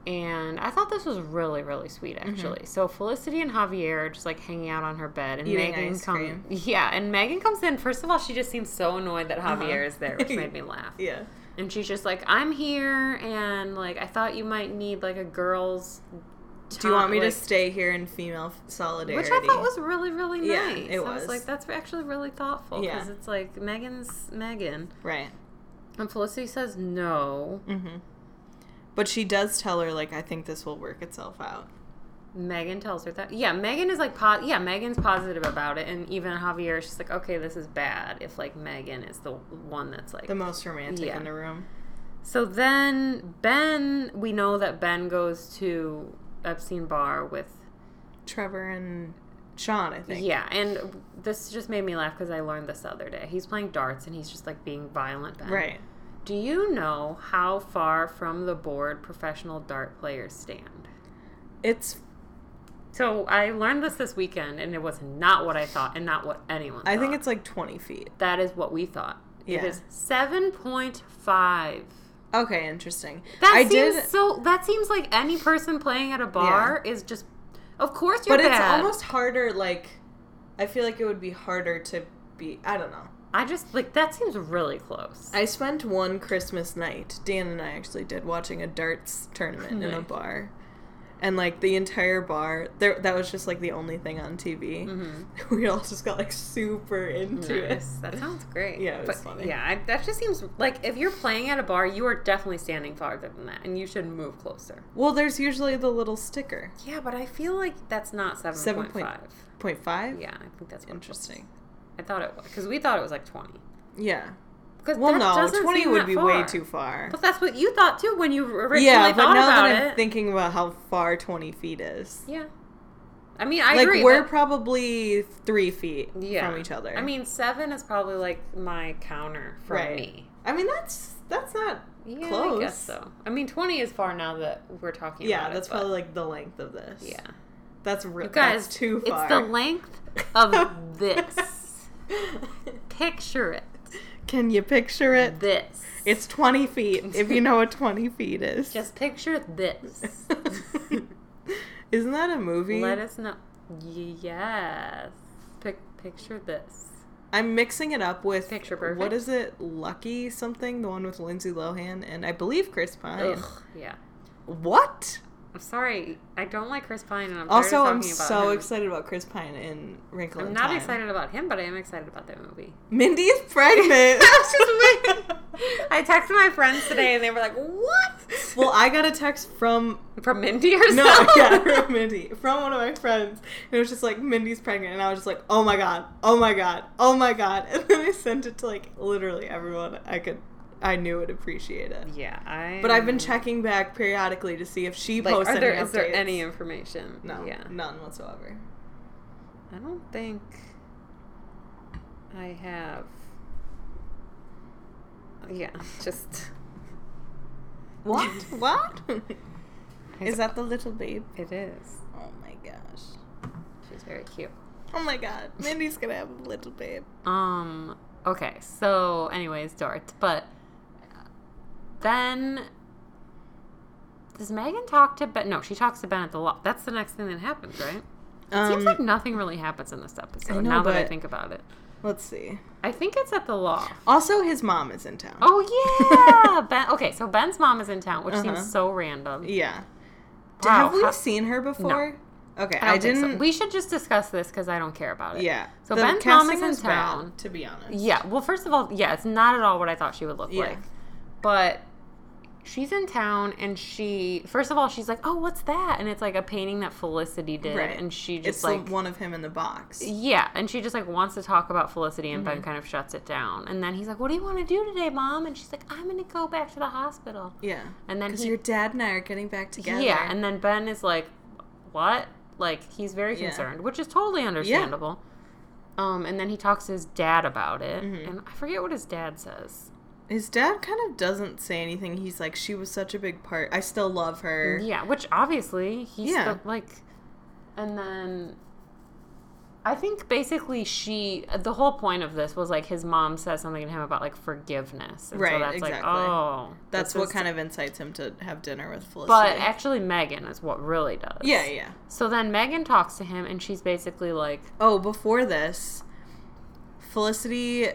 [SPEAKER 2] and I thought this was really, really sweet
[SPEAKER 3] Mm-hmm.
[SPEAKER 2] actually. So Felicity and Javier are just like hanging out on her bed, and
[SPEAKER 3] Eating
[SPEAKER 2] Megan
[SPEAKER 3] ice
[SPEAKER 2] comes.
[SPEAKER 3] cream.
[SPEAKER 2] Yeah, and Megan comes in. First of all, she just seems so annoyed
[SPEAKER 3] Uh-huh.
[SPEAKER 2] that Javier is there, which made me laugh.
[SPEAKER 3] yeah,
[SPEAKER 2] And she's just like, "I'm here, and like I thought you might need like a girls."
[SPEAKER 3] Do you want me to
[SPEAKER 2] like-
[SPEAKER 3] stay here in female f-
[SPEAKER 2] Which
[SPEAKER 3] solidarity?
[SPEAKER 2] I thought was really, really nice.
[SPEAKER 3] Yeah, it
[SPEAKER 2] I was
[SPEAKER 3] was.
[SPEAKER 2] like, "That's actually really thoughtful,"
[SPEAKER 3] Yeah.
[SPEAKER 2] because it's like Megan's Megan,
[SPEAKER 3] right.
[SPEAKER 2] and Felicity says no.
[SPEAKER 3] Mm-hmm. But she does tell her like, I think this will work itself out.
[SPEAKER 2] Megan tells her that. Yeah, Megan is like, po- yeah, Megan's positive about it, and even Javier is just like, okay, this is bad. If like Megan is the one that's like,
[SPEAKER 3] The most romantic
[SPEAKER 2] Yeah.
[SPEAKER 3] in the room.
[SPEAKER 2] so then Ben, we know that Ben goes to Epstein Bar with,
[SPEAKER 3] Trevor and Sean, I think.
[SPEAKER 2] yeah, and this just made me laugh because I learned this the other day. He's playing darts and he's just like being violent. Ben.
[SPEAKER 3] Right.
[SPEAKER 2] Do you know how far from the board professional dart players stand?
[SPEAKER 3] It's
[SPEAKER 2] So I learned this this weekend, and it was not what I thought, and not what anyone.
[SPEAKER 3] I think
[SPEAKER 2] thought.
[SPEAKER 3] it's like 20 feet.
[SPEAKER 2] That is what we thought. It
[SPEAKER 3] Yeah.
[SPEAKER 2] is seven point five.
[SPEAKER 3] Okay, interesting.
[SPEAKER 2] That
[SPEAKER 3] I
[SPEAKER 2] seems
[SPEAKER 3] did
[SPEAKER 2] so. That seems like any person playing at a bar is just. Of course, you're
[SPEAKER 3] but it's
[SPEAKER 2] bad.
[SPEAKER 3] almost harder like I feel like it would be harder to be I don't know.
[SPEAKER 2] I just like that seems really close.
[SPEAKER 3] I spent one Christmas night, Dan and I actually did watching a darts tournament in a
[SPEAKER 2] Nice.
[SPEAKER 3] bar. And like the entire bar, there that was just like the only thing on TV. We all just got like super into
[SPEAKER 2] Mm-hmm. Nice.
[SPEAKER 3] it.
[SPEAKER 2] That sounds great.
[SPEAKER 3] Yeah, it was
[SPEAKER 2] But,
[SPEAKER 3] funny.
[SPEAKER 2] Yeah, I, that just seems like if you're playing at a bar, you are definitely standing farther than that, and you should move closer.
[SPEAKER 3] Well, there's usually the little sticker.
[SPEAKER 2] Yeah, but I feel like that's not seven
[SPEAKER 3] Seven
[SPEAKER 2] point
[SPEAKER 3] point-
[SPEAKER 2] five.
[SPEAKER 3] Point five.
[SPEAKER 2] Yeah, I think that's what it was.
[SPEAKER 3] Interesting.
[SPEAKER 2] I thought it was because we thought it was like twenty.
[SPEAKER 3] Yeah.
[SPEAKER 2] Because
[SPEAKER 3] Well,
[SPEAKER 2] that
[SPEAKER 3] no,
[SPEAKER 2] doesn't
[SPEAKER 3] twenty
[SPEAKER 2] seem
[SPEAKER 3] would
[SPEAKER 2] that
[SPEAKER 3] be way
[SPEAKER 2] far.
[SPEAKER 3] too far.
[SPEAKER 2] But that's what you thought too when you originally
[SPEAKER 3] Yeah, but
[SPEAKER 2] thought
[SPEAKER 3] now
[SPEAKER 2] about
[SPEAKER 3] that I'm
[SPEAKER 2] it.
[SPEAKER 3] thinking about how far twenty feet is,
[SPEAKER 2] yeah, I mean, I
[SPEAKER 3] like
[SPEAKER 2] agree.
[SPEAKER 3] we're
[SPEAKER 2] but-
[SPEAKER 3] probably three feet
[SPEAKER 2] yeah.
[SPEAKER 3] from each other.
[SPEAKER 2] I mean, seven is probably like my counter from
[SPEAKER 3] Right.
[SPEAKER 2] me.
[SPEAKER 3] I mean that's that's not
[SPEAKER 2] Yeah,
[SPEAKER 3] close.
[SPEAKER 2] I guess so. I mean, twenty is far now that we're talking.
[SPEAKER 3] Yeah,
[SPEAKER 2] about
[SPEAKER 3] that's
[SPEAKER 2] it,
[SPEAKER 3] probably like the length of this.
[SPEAKER 2] but- yeah.
[SPEAKER 3] that's real.
[SPEAKER 2] You guys,
[SPEAKER 3] that's too far.
[SPEAKER 2] It's the length of this. Picture it.
[SPEAKER 3] Can you picture it?
[SPEAKER 2] This.
[SPEAKER 3] It's twenty feet. If you know what twenty feet is,
[SPEAKER 2] just picture this.
[SPEAKER 3] isn't that a movie?
[SPEAKER 2] Let us know. Yes. Pic- picture this.
[SPEAKER 3] I'm mixing it up with
[SPEAKER 2] Picture perfect.
[SPEAKER 3] What is it? Lucky something? The one with Lindsay Lohan and I believe Chris Pine.
[SPEAKER 2] Ugh. Yeah.
[SPEAKER 3] What?
[SPEAKER 2] I'm sorry. I don't like Chris Pine, and I'm tired of
[SPEAKER 3] Also, I'm
[SPEAKER 2] talking about
[SPEAKER 3] so
[SPEAKER 2] him.
[SPEAKER 3] excited about Chris Pine in Wrinkle
[SPEAKER 2] I'm
[SPEAKER 3] in
[SPEAKER 2] not
[SPEAKER 3] Time.
[SPEAKER 2] excited about him, but I am excited about that movie.
[SPEAKER 3] Mindy is pregnant.
[SPEAKER 2] I texted my friends today, and they were like, "What?"
[SPEAKER 3] well, I got a text from
[SPEAKER 2] from Mindy or
[SPEAKER 3] no,
[SPEAKER 2] something.
[SPEAKER 3] yeah, from Mindy, from one of my friends, and it was just like Mindy's pregnant, and I was just like, oh my god, oh my god, oh my god, and then I sent it to like literally everyone I could I knew would appreciate it.
[SPEAKER 2] Yeah, I.
[SPEAKER 3] But I've been checking back periodically to see if she
[SPEAKER 2] Like,
[SPEAKER 3] posts
[SPEAKER 2] are
[SPEAKER 3] any
[SPEAKER 2] there
[SPEAKER 3] updates.
[SPEAKER 2] is there any information?
[SPEAKER 3] No,
[SPEAKER 2] Yeah.
[SPEAKER 3] none whatsoever.
[SPEAKER 2] I don't think I have. Yeah, just
[SPEAKER 3] What? what? Is that the little babe?
[SPEAKER 2] it is.
[SPEAKER 3] Oh my gosh.
[SPEAKER 2] She's very cute.
[SPEAKER 3] Oh my god. Mindy's gonna have a little babe.
[SPEAKER 2] Um. Okay. So, anyways, Dort. But then does Megan talk to Ben? No, she talks to Ben at the loft. That's the next thing that happens, right?
[SPEAKER 3] Um,
[SPEAKER 2] Seems like nothing really happens in this episode.
[SPEAKER 3] know,
[SPEAKER 2] now that I
[SPEAKER 3] but-
[SPEAKER 2] think about it,
[SPEAKER 3] let's see.
[SPEAKER 2] I think it's at the loft.
[SPEAKER 3] Also, his mom is in town.
[SPEAKER 2] Oh yeah, Ben. Okay, so Ben's mom is in town, which
[SPEAKER 3] Uh-huh.
[SPEAKER 2] seems so random.
[SPEAKER 3] Yeah. D-
[SPEAKER 2] Wow,
[SPEAKER 3] Have we
[SPEAKER 2] how-
[SPEAKER 3] seen her before? Okay,
[SPEAKER 2] don't
[SPEAKER 3] I,
[SPEAKER 2] think so.
[SPEAKER 3] didn't.
[SPEAKER 2] We should just discuss this because I don't care about it.
[SPEAKER 3] yeah.
[SPEAKER 2] So
[SPEAKER 3] The
[SPEAKER 2] Ben's mom
[SPEAKER 3] casting
[SPEAKER 2] is in
[SPEAKER 3] was bad,
[SPEAKER 2] town.
[SPEAKER 3] to be honest.
[SPEAKER 2] Yeah. Well, first of all, yeah, it's not at all what I thought she would look
[SPEAKER 3] Yeah.
[SPEAKER 2] like. But she's in town, and she first of all she's like, "Oh, what's that?" And it's like a painting that Felicity did,
[SPEAKER 3] Right.
[SPEAKER 2] and she just
[SPEAKER 3] It's the
[SPEAKER 2] like
[SPEAKER 3] one of him in the box.
[SPEAKER 2] Yeah, and she just like wants to talk about Felicity, and
[SPEAKER 3] Mm-hmm.
[SPEAKER 2] Ben kind of shuts it down. And then he's like, "What do you want to do today, Mom?" And she's like, "I'm gonna go back to the hospital."
[SPEAKER 3] Yeah.
[SPEAKER 2] And then
[SPEAKER 3] Because
[SPEAKER 2] he
[SPEAKER 3] your dad and I are getting back together.
[SPEAKER 2] Yeah, and then Ben is like, "What?" Like he's very
[SPEAKER 3] Yeah.
[SPEAKER 2] concerned, which is totally understandable. Um, and then he talks to his dad about it,
[SPEAKER 3] Mm-hmm.
[SPEAKER 2] and I forget what his dad says.
[SPEAKER 3] His dad kind of doesn't say anything. He's like, she was such a big part. I still love her.
[SPEAKER 2] Yeah, which obviously he's
[SPEAKER 3] Yeah.
[SPEAKER 2] the- like, and then. I think basically she the whole point of this was like his mom says something to him about like forgiveness. And so
[SPEAKER 3] Right,
[SPEAKER 2] that's like
[SPEAKER 3] exactly.
[SPEAKER 2] oh
[SPEAKER 3] That's
[SPEAKER 2] this
[SPEAKER 3] what
[SPEAKER 2] is-
[SPEAKER 3] kind of incites him to have dinner with Felicity.
[SPEAKER 2] But actually Megan is what really does.
[SPEAKER 3] yeah, yeah.
[SPEAKER 2] So then Megan talks to him and she's basically like
[SPEAKER 3] Oh, before this, Felicity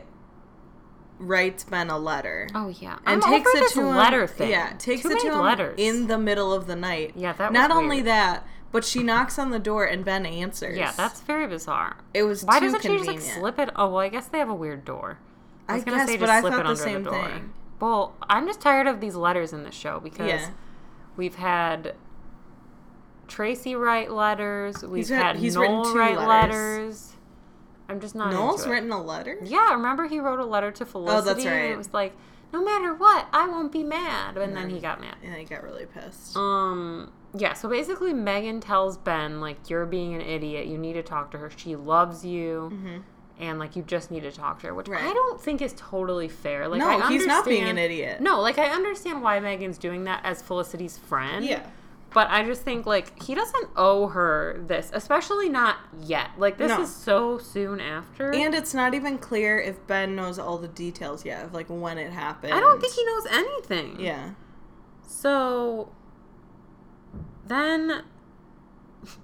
[SPEAKER 3] writes Ben a letter.
[SPEAKER 2] Oh yeah,
[SPEAKER 3] and
[SPEAKER 2] I'm
[SPEAKER 3] takes
[SPEAKER 2] over
[SPEAKER 3] it
[SPEAKER 2] this
[SPEAKER 3] to him,
[SPEAKER 2] letter thing.
[SPEAKER 3] Yeah, takes
[SPEAKER 2] Too
[SPEAKER 3] it
[SPEAKER 2] many
[SPEAKER 3] to him
[SPEAKER 2] letters.
[SPEAKER 3] in the middle of the night.
[SPEAKER 2] Yeah, that was
[SPEAKER 3] Not only
[SPEAKER 2] weird.
[SPEAKER 3] that, but she knocks on the door and Ben answers.
[SPEAKER 2] yeah, that's very bizarre.
[SPEAKER 3] it was
[SPEAKER 2] Why
[SPEAKER 3] too
[SPEAKER 2] doesn't
[SPEAKER 3] convenient.
[SPEAKER 2] she just like slip it? Oh well, I guess they have a weird door.
[SPEAKER 3] I
[SPEAKER 2] was gonna
[SPEAKER 3] guess,
[SPEAKER 2] say
[SPEAKER 3] but
[SPEAKER 2] just
[SPEAKER 3] I
[SPEAKER 2] slip
[SPEAKER 3] thought
[SPEAKER 2] it
[SPEAKER 3] the
[SPEAKER 2] under
[SPEAKER 3] same
[SPEAKER 2] the door.
[SPEAKER 3] thing.
[SPEAKER 2] Well, I'm just tired of these letters in the show because
[SPEAKER 3] Yeah.
[SPEAKER 2] we've had Tracy write letters. We've
[SPEAKER 3] He's writ-
[SPEAKER 2] had
[SPEAKER 3] he's written
[SPEAKER 2] Noel
[SPEAKER 3] two
[SPEAKER 2] write
[SPEAKER 3] letters.
[SPEAKER 2] letters. I'm just not.
[SPEAKER 3] Noel's
[SPEAKER 2] into it.
[SPEAKER 3] written a letter.
[SPEAKER 2] Yeah, remember he wrote a letter to Felicity.
[SPEAKER 3] that's
[SPEAKER 2] And
[SPEAKER 3] right.
[SPEAKER 2] it was like, no matter what, I won't be mad. And then he got mad.
[SPEAKER 3] And I got really pissed.
[SPEAKER 2] Um yeah, so basically Megan tells Ben like you're being an idiot. You need to talk to her. She loves you. And like you just need to talk to her, which
[SPEAKER 3] Mm-hmm. Right.
[SPEAKER 2] I don't think is totally fair. Like
[SPEAKER 3] no,
[SPEAKER 2] I
[SPEAKER 3] he's not being an
[SPEAKER 2] understand-
[SPEAKER 3] idiot.
[SPEAKER 2] No, like I understand why Megan's doing that as Felicity's friend.
[SPEAKER 3] Yeah.
[SPEAKER 2] But I just think like he doesn't owe her this, especially not yet. Like this
[SPEAKER 3] No.
[SPEAKER 2] is so soon after.
[SPEAKER 3] And it's not even clear if Ben knows all the details yet of like when it happened.
[SPEAKER 2] I don't think he knows anything.
[SPEAKER 3] Yeah.
[SPEAKER 2] So then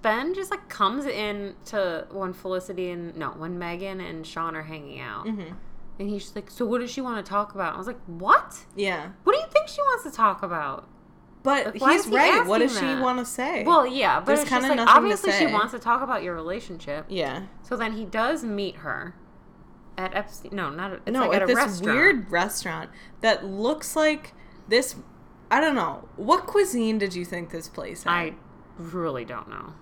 [SPEAKER 2] Ben just like comes in to when Felicity and no, when Megan and Sean are hanging out.
[SPEAKER 3] Mhm.
[SPEAKER 2] And he's just like, So what does she want to talk about? I was like, What?
[SPEAKER 3] Yeah.
[SPEAKER 2] What do you think she wants to talk about?
[SPEAKER 3] But
[SPEAKER 2] Like, why
[SPEAKER 3] he's
[SPEAKER 2] is he
[SPEAKER 3] right. What does
[SPEAKER 2] asking
[SPEAKER 3] she
[SPEAKER 2] that?
[SPEAKER 3] want to say?
[SPEAKER 2] Well, yeah, but
[SPEAKER 3] There's
[SPEAKER 2] it's just
[SPEAKER 3] kinda
[SPEAKER 2] like
[SPEAKER 3] nothing to
[SPEAKER 2] obviously she
[SPEAKER 3] say.
[SPEAKER 2] wants to talk about your relationship.
[SPEAKER 3] yeah.
[SPEAKER 2] So then he does meet her at Epstein. No, not at, it's
[SPEAKER 3] No,
[SPEAKER 2] like at,
[SPEAKER 3] at,
[SPEAKER 2] a
[SPEAKER 3] this
[SPEAKER 2] restaurant.
[SPEAKER 3] weird restaurant that looks like this. I don't know. What cuisine did you think this place had?
[SPEAKER 2] I really don't know.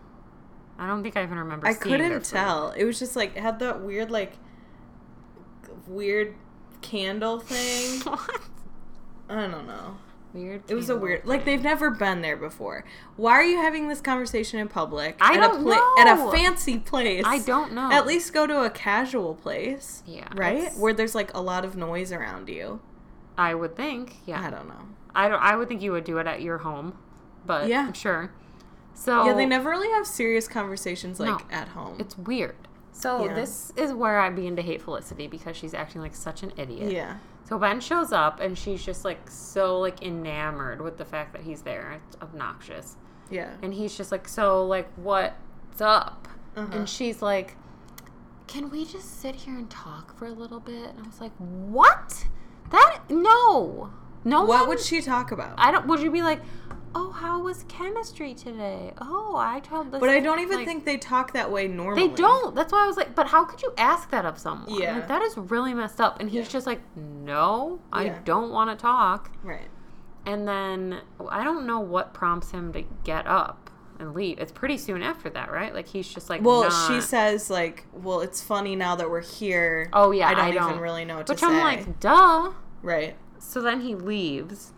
[SPEAKER 2] I don't think I even remember.
[SPEAKER 3] I
[SPEAKER 2] seeing their
[SPEAKER 3] couldn't
[SPEAKER 2] food.
[SPEAKER 3] tell. It was just like it had that weird like weird candle thing.
[SPEAKER 2] what?
[SPEAKER 3] I don't know.
[SPEAKER 2] Weird.
[SPEAKER 3] It was a
[SPEAKER 2] candle.
[SPEAKER 3] weird like they've never been there before. Why are you having this conversation in public?
[SPEAKER 2] I
[SPEAKER 3] at a
[SPEAKER 2] don't know.
[SPEAKER 3] at a fancy place.
[SPEAKER 2] I don't know.
[SPEAKER 3] At least go to a casual place.
[SPEAKER 2] Yeah,
[SPEAKER 3] Right?
[SPEAKER 2] it's-
[SPEAKER 3] Where there's like a lot of noise around you.
[SPEAKER 2] I would think. Yeah.
[SPEAKER 3] I don't know.
[SPEAKER 2] I don't. I would think you would do it at your home, but
[SPEAKER 3] Yeah.
[SPEAKER 2] yeah, sure. So
[SPEAKER 3] Yeah, they never really have serious conversations like
[SPEAKER 2] Oh. No.
[SPEAKER 3] at home.
[SPEAKER 2] It's weird. So
[SPEAKER 3] Yeah.
[SPEAKER 2] this is where I begin to hate Felicity because she's acting like such an idiot.
[SPEAKER 3] yeah.
[SPEAKER 2] So Ben shows up and she's just like so like enamored with the fact that he's there. It's obnoxious.
[SPEAKER 3] Yeah.
[SPEAKER 2] And he's just like, so, like, what's up?
[SPEAKER 3] Uh-huh.
[SPEAKER 2] And she's like, can we just sit here and talk for a little bit? And I was like, what? That, no. No
[SPEAKER 3] What
[SPEAKER 2] one-
[SPEAKER 3] would she talk about?
[SPEAKER 2] I don't, would you be like, oh, how was chemistry today? Oh, I told this.
[SPEAKER 3] but I don't even
[SPEAKER 2] like,
[SPEAKER 3] think they talk that way normally.
[SPEAKER 2] They don't. That's why I was like, but how could you ask that of someone?
[SPEAKER 3] Yeah.
[SPEAKER 2] Like, that is really messed up. And he's
[SPEAKER 3] Yeah.
[SPEAKER 2] just like, no, I
[SPEAKER 3] Yeah.
[SPEAKER 2] don't want to talk.
[SPEAKER 3] Right.
[SPEAKER 2] And then I don't know what prompts him to get up and leave. It's pretty soon after that, right? Like he's just like,
[SPEAKER 3] Well,
[SPEAKER 2] not-
[SPEAKER 3] she says like, "Well, it's funny now that we're here."
[SPEAKER 2] "Oh yeah,
[SPEAKER 3] I don't even really know what to
[SPEAKER 2] Which I'm
[SPEAKER 3] say.
[SPEAKER 2] like, duh.
[SPEAKER 3] Right.
[SPEAKER 2] So then he leaves,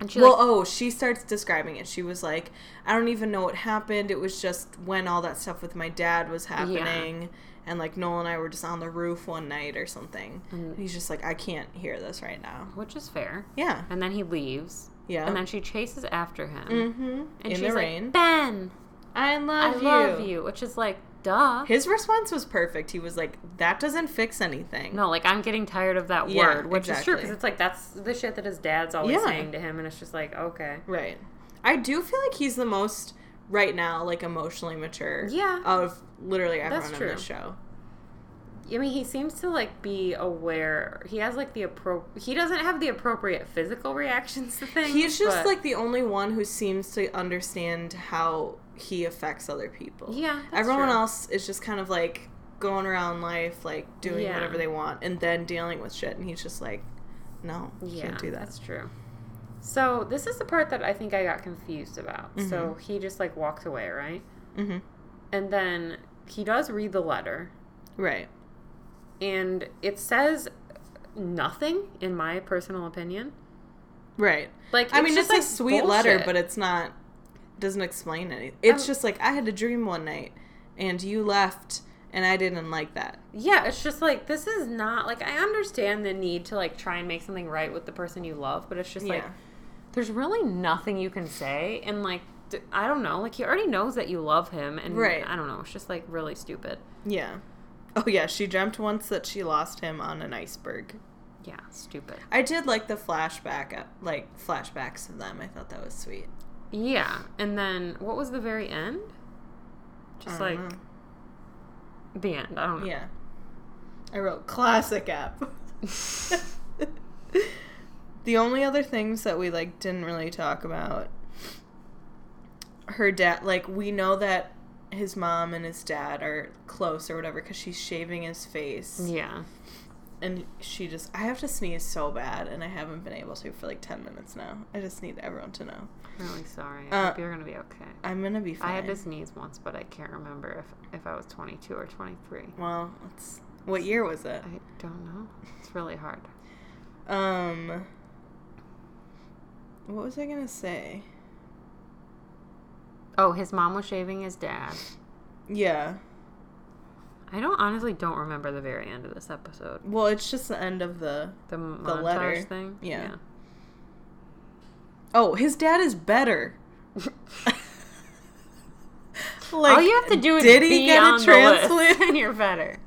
[SPEAKER 2] and she
[SPEAKER 3] well,
[SPEAKER 2] like,
[SPEAKER 3] oh, she starts describing it. She was like, I don't even know what happened. It was just when all that stuff with my dad was happening. And like Noel and I were just on the roof one night or something. And he's just like, I can't hear this right now.
[SPEAKER 2] which is fair.
[SPEAKER 3] Yeah.
[SPEAKER 2] And then he leaves,
[SPEAKER 3] Yeah.
[SPEAKER 2] and then she chases after him,
[SPEAKER 3] mm-hmm.
[SPEAKER 2] and
[SPEAKER 3] In
[SPEAKER 2] she's
[SPEAKER 3] the
[SPEAKER 2] like,
[SPEAKER 3] rain.
[SPEAKER 2] Ben,
[SPEAKER 3] I
[SPEAKER 2] I
[SPEAKER 3] love you.
[SPEAKER 2] love you, which is like, duh.
[SPEAKER 3] His response was perfect. He was like, That doesn't fix anything.
[SPEAKER 2] No, like I'm getting tired of that
[SPEAKER 3] Yeah,
[SPEAKER 2] word, which is true
[SPEAKER 3] exactly.
[SPEAKER 2] because it's like that's the shit that his dad's always
[SPEAKER 3] Yeah.
[SPEAKER 2] saying to him, and it's just like okay,
[SPEAKER 3] Right. I do feel like he's the most right now, like emotionally mature.
[SPEAKER 2] Yeah.
[SPEAKER 3] Of literally everyone
[SPEAKER 2] That's
[SPEAKER 3] on
[SPEAKER 2] true.
[SPEAKER 3] this show.
[SPEAKER 2] I mean, he seems to like be aware. He has like the appro. He doesn't have the appropriate physical reactions to things.
[SPEAKER 3] He's just
[SPEAKER 2] but-
[SPEAKER 3] like the only one who seems to understand how he affects other people.
[SPEAKER 2] Yeah, that's
[SPEAKER 3] Everyone
[SPEAKER 2] true.
[SPEAKER 3] else is just kind of like going around life, like doing
[SPEAKER 2] Yeah.
[SPEAKER 3] whatever they want and then dealing with shit. And he's just like, No, you
[SPEAKER 2] yeah,
[SPEAKER 3] can't do that.
[SPEAKER 2] that's true. So this is the part that I think I got confused about. So he just like walks away, right?
[SPEAKER 3] Mm-hmm.
[SPEAKER 2] And then he does read the letter,
[SPEAKER 3] Right.
[SPEAKER 2] and it says nothing, in my personal opinion.
[SPEAKER 3] Right.
[SPEAKER 2] Like
[SPEAKER 3] I mean, it's
[SPEAKER 2] just,
[SPEAKER 3] a sweet letter,
[SPEAKER 2] bullshit.
[SPEAKER 3] but it's not doesn't explain anything. It's
[SPEAKER 2] Um,
[SPEAKER 3] just like I had a dream one night, and you left, and I didn't like that.
[SPEAKER 2] Yeah, it's just like this is not like I understand the need to like try and make something right with the person you love, but it's just like
[SPEAKER 3] Yeah.
[SPEAKER 2] there's really nothing you can say and like d- I don't know, like he already knows that you love him and
[SPEAKER 3] Right.
[SPEAKER 2] I don't know, it's just like really stupid.
[SPEAKER 3] Yeah. Oh yeah, she dreamt once that she lost him on an iceberg.
[SPEAKER 2] Yeah, stupid.
[SPEAKER 3] I did like the flashback, uh, like flashbacks of them. I thought that was sweet.
[SPEAKER 2] Yeah, and then what was the very end?
[SPEAKER 3] I
[SPEAKER 2] Just
[SPEAKER 3] don't
[SPEAKER 2] like
[SPEAKER 3] know.
[SPEAKER 2] the end. I don't know.
[SPEAKER 3] Uh-huh. yeah, I wrote classic app. the only other things that we like didn't really talk about her dad like we know that his mom and his dad are close or whatever because she's shaving his face
[SPEAKER 2] Yeah.
[SPEAKER 3] and she just i have to sneeze so bad and i haven't been able to for like 10 minutes now i just need everyone to know
[SPEAKER 2] I'm really sorry. I
[SPEAKER 3] Uh,
[SPEAKER 2] hope you're gonna be okay.
[SPEAKER 3] i'm gonna be fine
[SPEAKER 2] I had to sneeze once, but I can't remember if if I was 22 or 23.
[SPEAKER 3] well it's what year was it
[SPEAKER 2] I don't know. It's really hard.
[SPEAKER 3] Um, what was I gonna say?
[SPEAKER 2] Oh, his mom was shaving his dad.
[SPEAKER 3] Yeah.
[SPEAKER 2] I don't honestly don't remember the very end of this episode.
[SPEAKER 3] Well, it's just the end of the.
[SPEAKER 2] The, montage
[SPEAKER 3] letter.
[SPEAKER 2] thing.
[SPEAKER 3] Yeah. Oh, his dad is better. like,
[SPEAKER 2] All you have to do is
[SPEAKER 3] did
[SPEAKER 2] be
[SPEAKER 3] he get
[SPEAKER 2] on
[SPEAKER 3] a
[SPEAKER 2] the
[SPEAKER 3] transplant?
[SPEAKER 2] list, and you're better.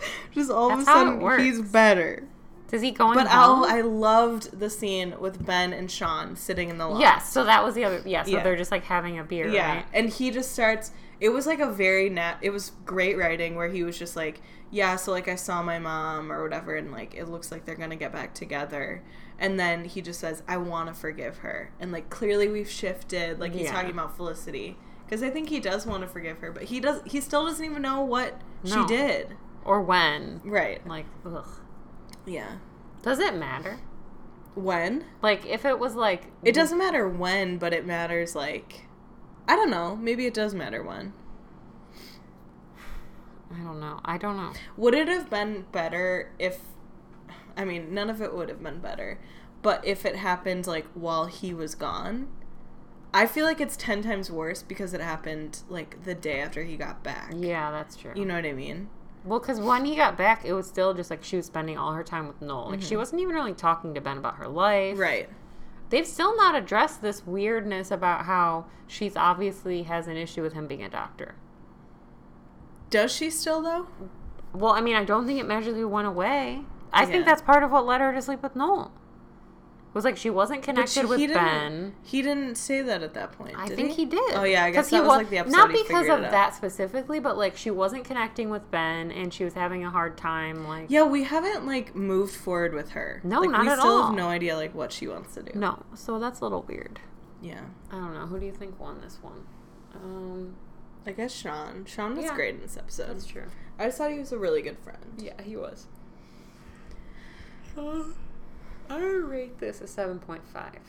[SPEAKER 3] just all of a
[SPEAKER 2] That's how it
[SPEAKER 3] sudden, he's
[SPEAKER 2] works. Uh-huh.
[SPEAKER 3] better.
[SPEAKER 2] Does he go on
[SPEAKER 3] But
[SPEAKER 2] home?
[SPEAKER 3] oh, I loved the scene with Ben and Sean sitting in the lawn.
[SPEAKER 2] yes. So that was the other. Yeah. So
[SPEAKER 3] Yeah.
[SPEAKER 2] they're just like having a beer,
[SPEAKER 3] Yeah,
[SPEAKER 2] right?
[SPEAKER 3] and he just starts. It was like a very nat. It was great writing where he was just like, "Yeah, so like I saw my mom or whatever, and like it looks like they're gonna get back together." And then he just says, "I want to forgive her," and like clearly we've shifted. Like he's
[SPEAKER 2] Yeah.
[SPEAKER 3] talking about Felicity because I think he does want to forgive her, but he does. He still doesn't even know what she
[SPEAKER 2] No.
[SPEAKER 3] did.
[SPEAKER 2] Or when?
[SPEAKER 3] Right.
[SPEAKER 2] Like, ugh.
[SPEAKER 3] Yeah.
[SPEAKER 2] Does it matter?
[SPEAKER 3] When
[SPEAKER 2] Like, if it was like
[SPEAKER 3] it doesn't matter when, but it matters like. I don't know. Maybe it does matter when.
[SPEAKER 2] I don't know. I don't know.
[SPEAKER 3] Would it have been better if I mean, none of it would have been better, but if it happened like while he was gone, I feel like it's 10 times worse because it happened like the day after he got back.
[SPEAKER 2] Yeah, that's true.
[SPEAKER 3] You know what I mean?
[SPEAKER 2] Well, because when he got back, it was still just like she was spending all her time with Noel. Like she wasn't even really talking to Ben about her life.
[SPEAKER 3] Mm-hmm. Right.
[SPEAKER 2] They've still not addressed this weirdness about how she's obviously has an issue with him being a doctor.
[SPEAKER 3] Does she still though?
[SPEAKER 2] Well, I mean, I don't think it magically went away. I think
[SPEAKER 3] Yeah.
[SPEAKER 2] that's part of what led her to sleep with Noel. Was like she wasn't
[SPEAKER 3] But
[SPEAKER 2] connected
[SPEAKER 3] she-
[SPEAKER 2] with
[SPEAKER 3] he didn't,
[SPEAKER 2] Ben.
[SPEAKER 3] He didn't say that at that point.
[SPEAKER 2] I
[SPEAKER 3] did
[SPEAKER 2] think he did.
[SPEAKER 3] Oh yeah, I
[SPEAKER 2] 'Cause
[SPEAKER 3] guess
[SPEAKER 2] he
[SPEAKER 3] that was,
[SPEAKER 2] wa-
[SPEAKER 3] like the episode
[SPEAKER 2] not
[SPEAKER 3] he
[SPEAKER 2] because
[SPEAKER 3] figured
[SPEAKER 2] of
[SPEAKER 3] it out.
[SPEAKER 2] that specifically, but like she wasn't connecting with Ben and she was having a hard time. Like
[SPEAKER 3] Yeah, we haven't like moved forward with her.
[SPEAKER 2] No,
[SPEAKER 3] like,
[SPEAKER 2] not
[SPEAKER 3] we
[SPEAKER 2] at
[SPEAKER 3] still
[SPEAKER 2] all.
[SPEAKER 3] have no idea like what she wants to do.
[SPEAKER 2] no, so that's a little weird.
[SPEAKER 3] Yeah.
[SPEAKER 2] I don't know. Who do you think won this one? Um,
[SPEAKER 3] I guess Sean. Sean was
[SPEAKER 2] Yeah.
[SPEAKER 3] great in this episode.
[SPEAKER 2] true.
[SPEAKER 3] I just thought he was a really good friend.
[SPEAKER 2] Yeah, he was. Um, I rate this a seven point five.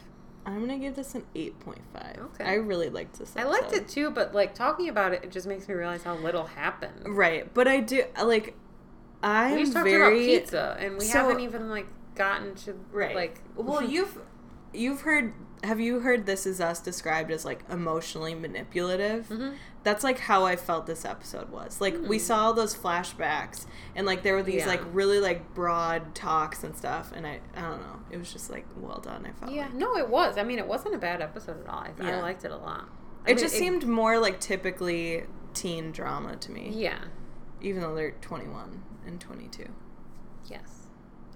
[SPEAKER 3] I'm gonna give this an 8.5.
[SPEAKER 2] Okay.
[SPEAKER 3] I really liked this.
[SPEAKER 2] I liked
[SPEAKER 3] episode.
[SPEAKER 2] it too, but like talking about it, it just makes me realize how little happened.
[SPEAKER 3] Right, but I do like. I'm
[SPEAKER 2] we just talked
[SPEAKER 3] very
[SPEAKER 2] about pizza, and we
[SPEAKER 3] so-
[SPEAKER 2] haven't even like gotten to
[SPEAKER 3] Right.
[SPEAKER 2] like
[SPEAKER 3] well, you've you've heard have you heard this is us described as like emotionally manipulative?
[SPEAKER 2] Mm-hmm.
[SPEAKER 3] That's like how I felt this episode was. Like we saw all those flashbacks and like there were these
[SPEAKER 2] Hmm. Yeah.
[SPEAKER 3] like really like broad talks and stuff and I I don't know. It was just like well done, I felt.
[SPEAKER 2] yeah.
[SPEAKER 3] like.
[SPEAKER 2] No, it was. I mean, it wasn't a bad episode at all. I, I
[SPEAKER 3] Yeah.
[SPEAKER 2] liked it a lot. I
[SPEAKER 3] It
[SPEAKER 2] mean,
[SPEAKER 3] just seemed more like typically teen drama to me.
[SPEAKER 2] Yeah.
[SPEAKER 3] Even though they're 21 and 22.
[SPEAKER 2] Yes.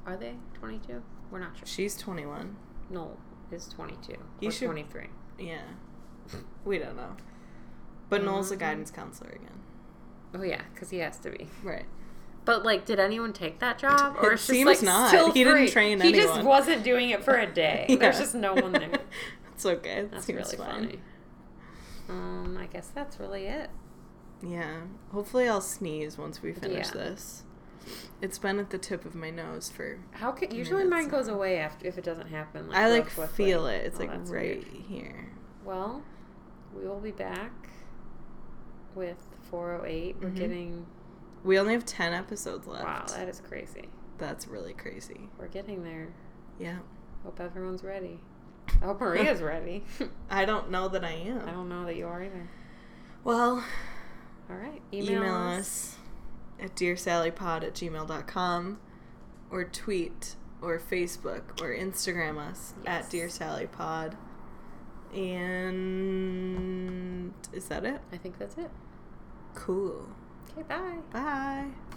[SPEAKER 2] Are they twenty two? We're not sure.
[SPEAKER 3] She's 21.
[SPEAKER 2] Noel is twenty two.
[SPEAKER 3] You
[SPEAKER 2] or
[SPEAKER 3] should-
[SPEAKER 2] twenty three.
[SPEAKER 3] Yeah. We don't know. But Noel's a
[SPEAKER 2] Mm-hmm.
[SPEAKER 3] guidance counselor again.
[SPEAKER 2] Oh yeah, because he has to be.
[SPEAKER 3] Right.
[SPEAKER 2] But like, did anyone take that job? Or
[SPEAKER 3] It
[SPEAKER 2] it's
[SPEAKER 3] seems
[SPEAKER 2] just, like,
[SPEAKER 3] not.
[SPEAKER 2] Still
[SPEAKER 3] He didn't
[SPEAKER 2] free?
[SPEAKER 3] train
[SPEAKER 2] He just
[SPEAKER 3] anyone.
[SPEAKER 2] wasn't doing it for a day. There's just no one there.
[SPEAKER 3] it's okay. It
[SPEAKER 2] That's
[SPEAKER 3] seems
[SPEAKER 2] really
[SPEAKER 3] fine.
[SPEAKER 2] funny. Um, I guess that's really it.
[SPEAKER 3] Yeah. Hopefully I'll sneeze once we finish
[SPEAKER 2] Yeah.
[SPEAKER 3] this. It's been at the tip of my nose for
[SPEAKER 2] How could usually
[SPEAKER 3] that's
[SPEAKER 2] mine
[SPEAKER 3] not-
[SPEAKER 2] goes away after if it doesn't happen? Like,
[SPEAKER 3] I
[SPEAKER 2] real
[SPEAKER 3] like
[SPEAKER 2] quickly.
[SPEAKER 3] feel it. It's
[SPEAKER 2] Oh,
[SPEAKER 3] like
[SPEAKER 2] that's
[SPEAKER 3] right
[SPEAKER 2] weird.
[SPEAKER 3] here.
[SPEAKER 2] Well, we will be back with 408. We're
[SPEAKER 3] Mhm.
[SPEAKER 2] getting
[SPEAKER 3] We only have 10 episodes left.
[SPEAKER 2] wow, that is crazy.
[SPEAKER 3] That's really crazy.
[SPEAKER 2] We're getting there.
[SPEAKER 3] Yeah.
[SPEAKER 2] Hope everyone's ready. I hope Maria's ready.
[SPEAKER 3] I don't know that I am.
[SPEAKER 2] I don't know that you are either.
[SPEAKER 3] Well,
[SPEAKER 2] All right,
[SPEAKER 3] email, us. at dearsallypod at gmail.com or tweet or Facebook or Instagram us at
[SPEAKER 2] Yes.
[SPEAKER 3] dearsallypod. And is that it?
[SPEAKER 2] I think that's it.
[SPEAKER 3] Cool.
[SPEAKER 2] Okay, bye.
[SPEAKER 3] Bye.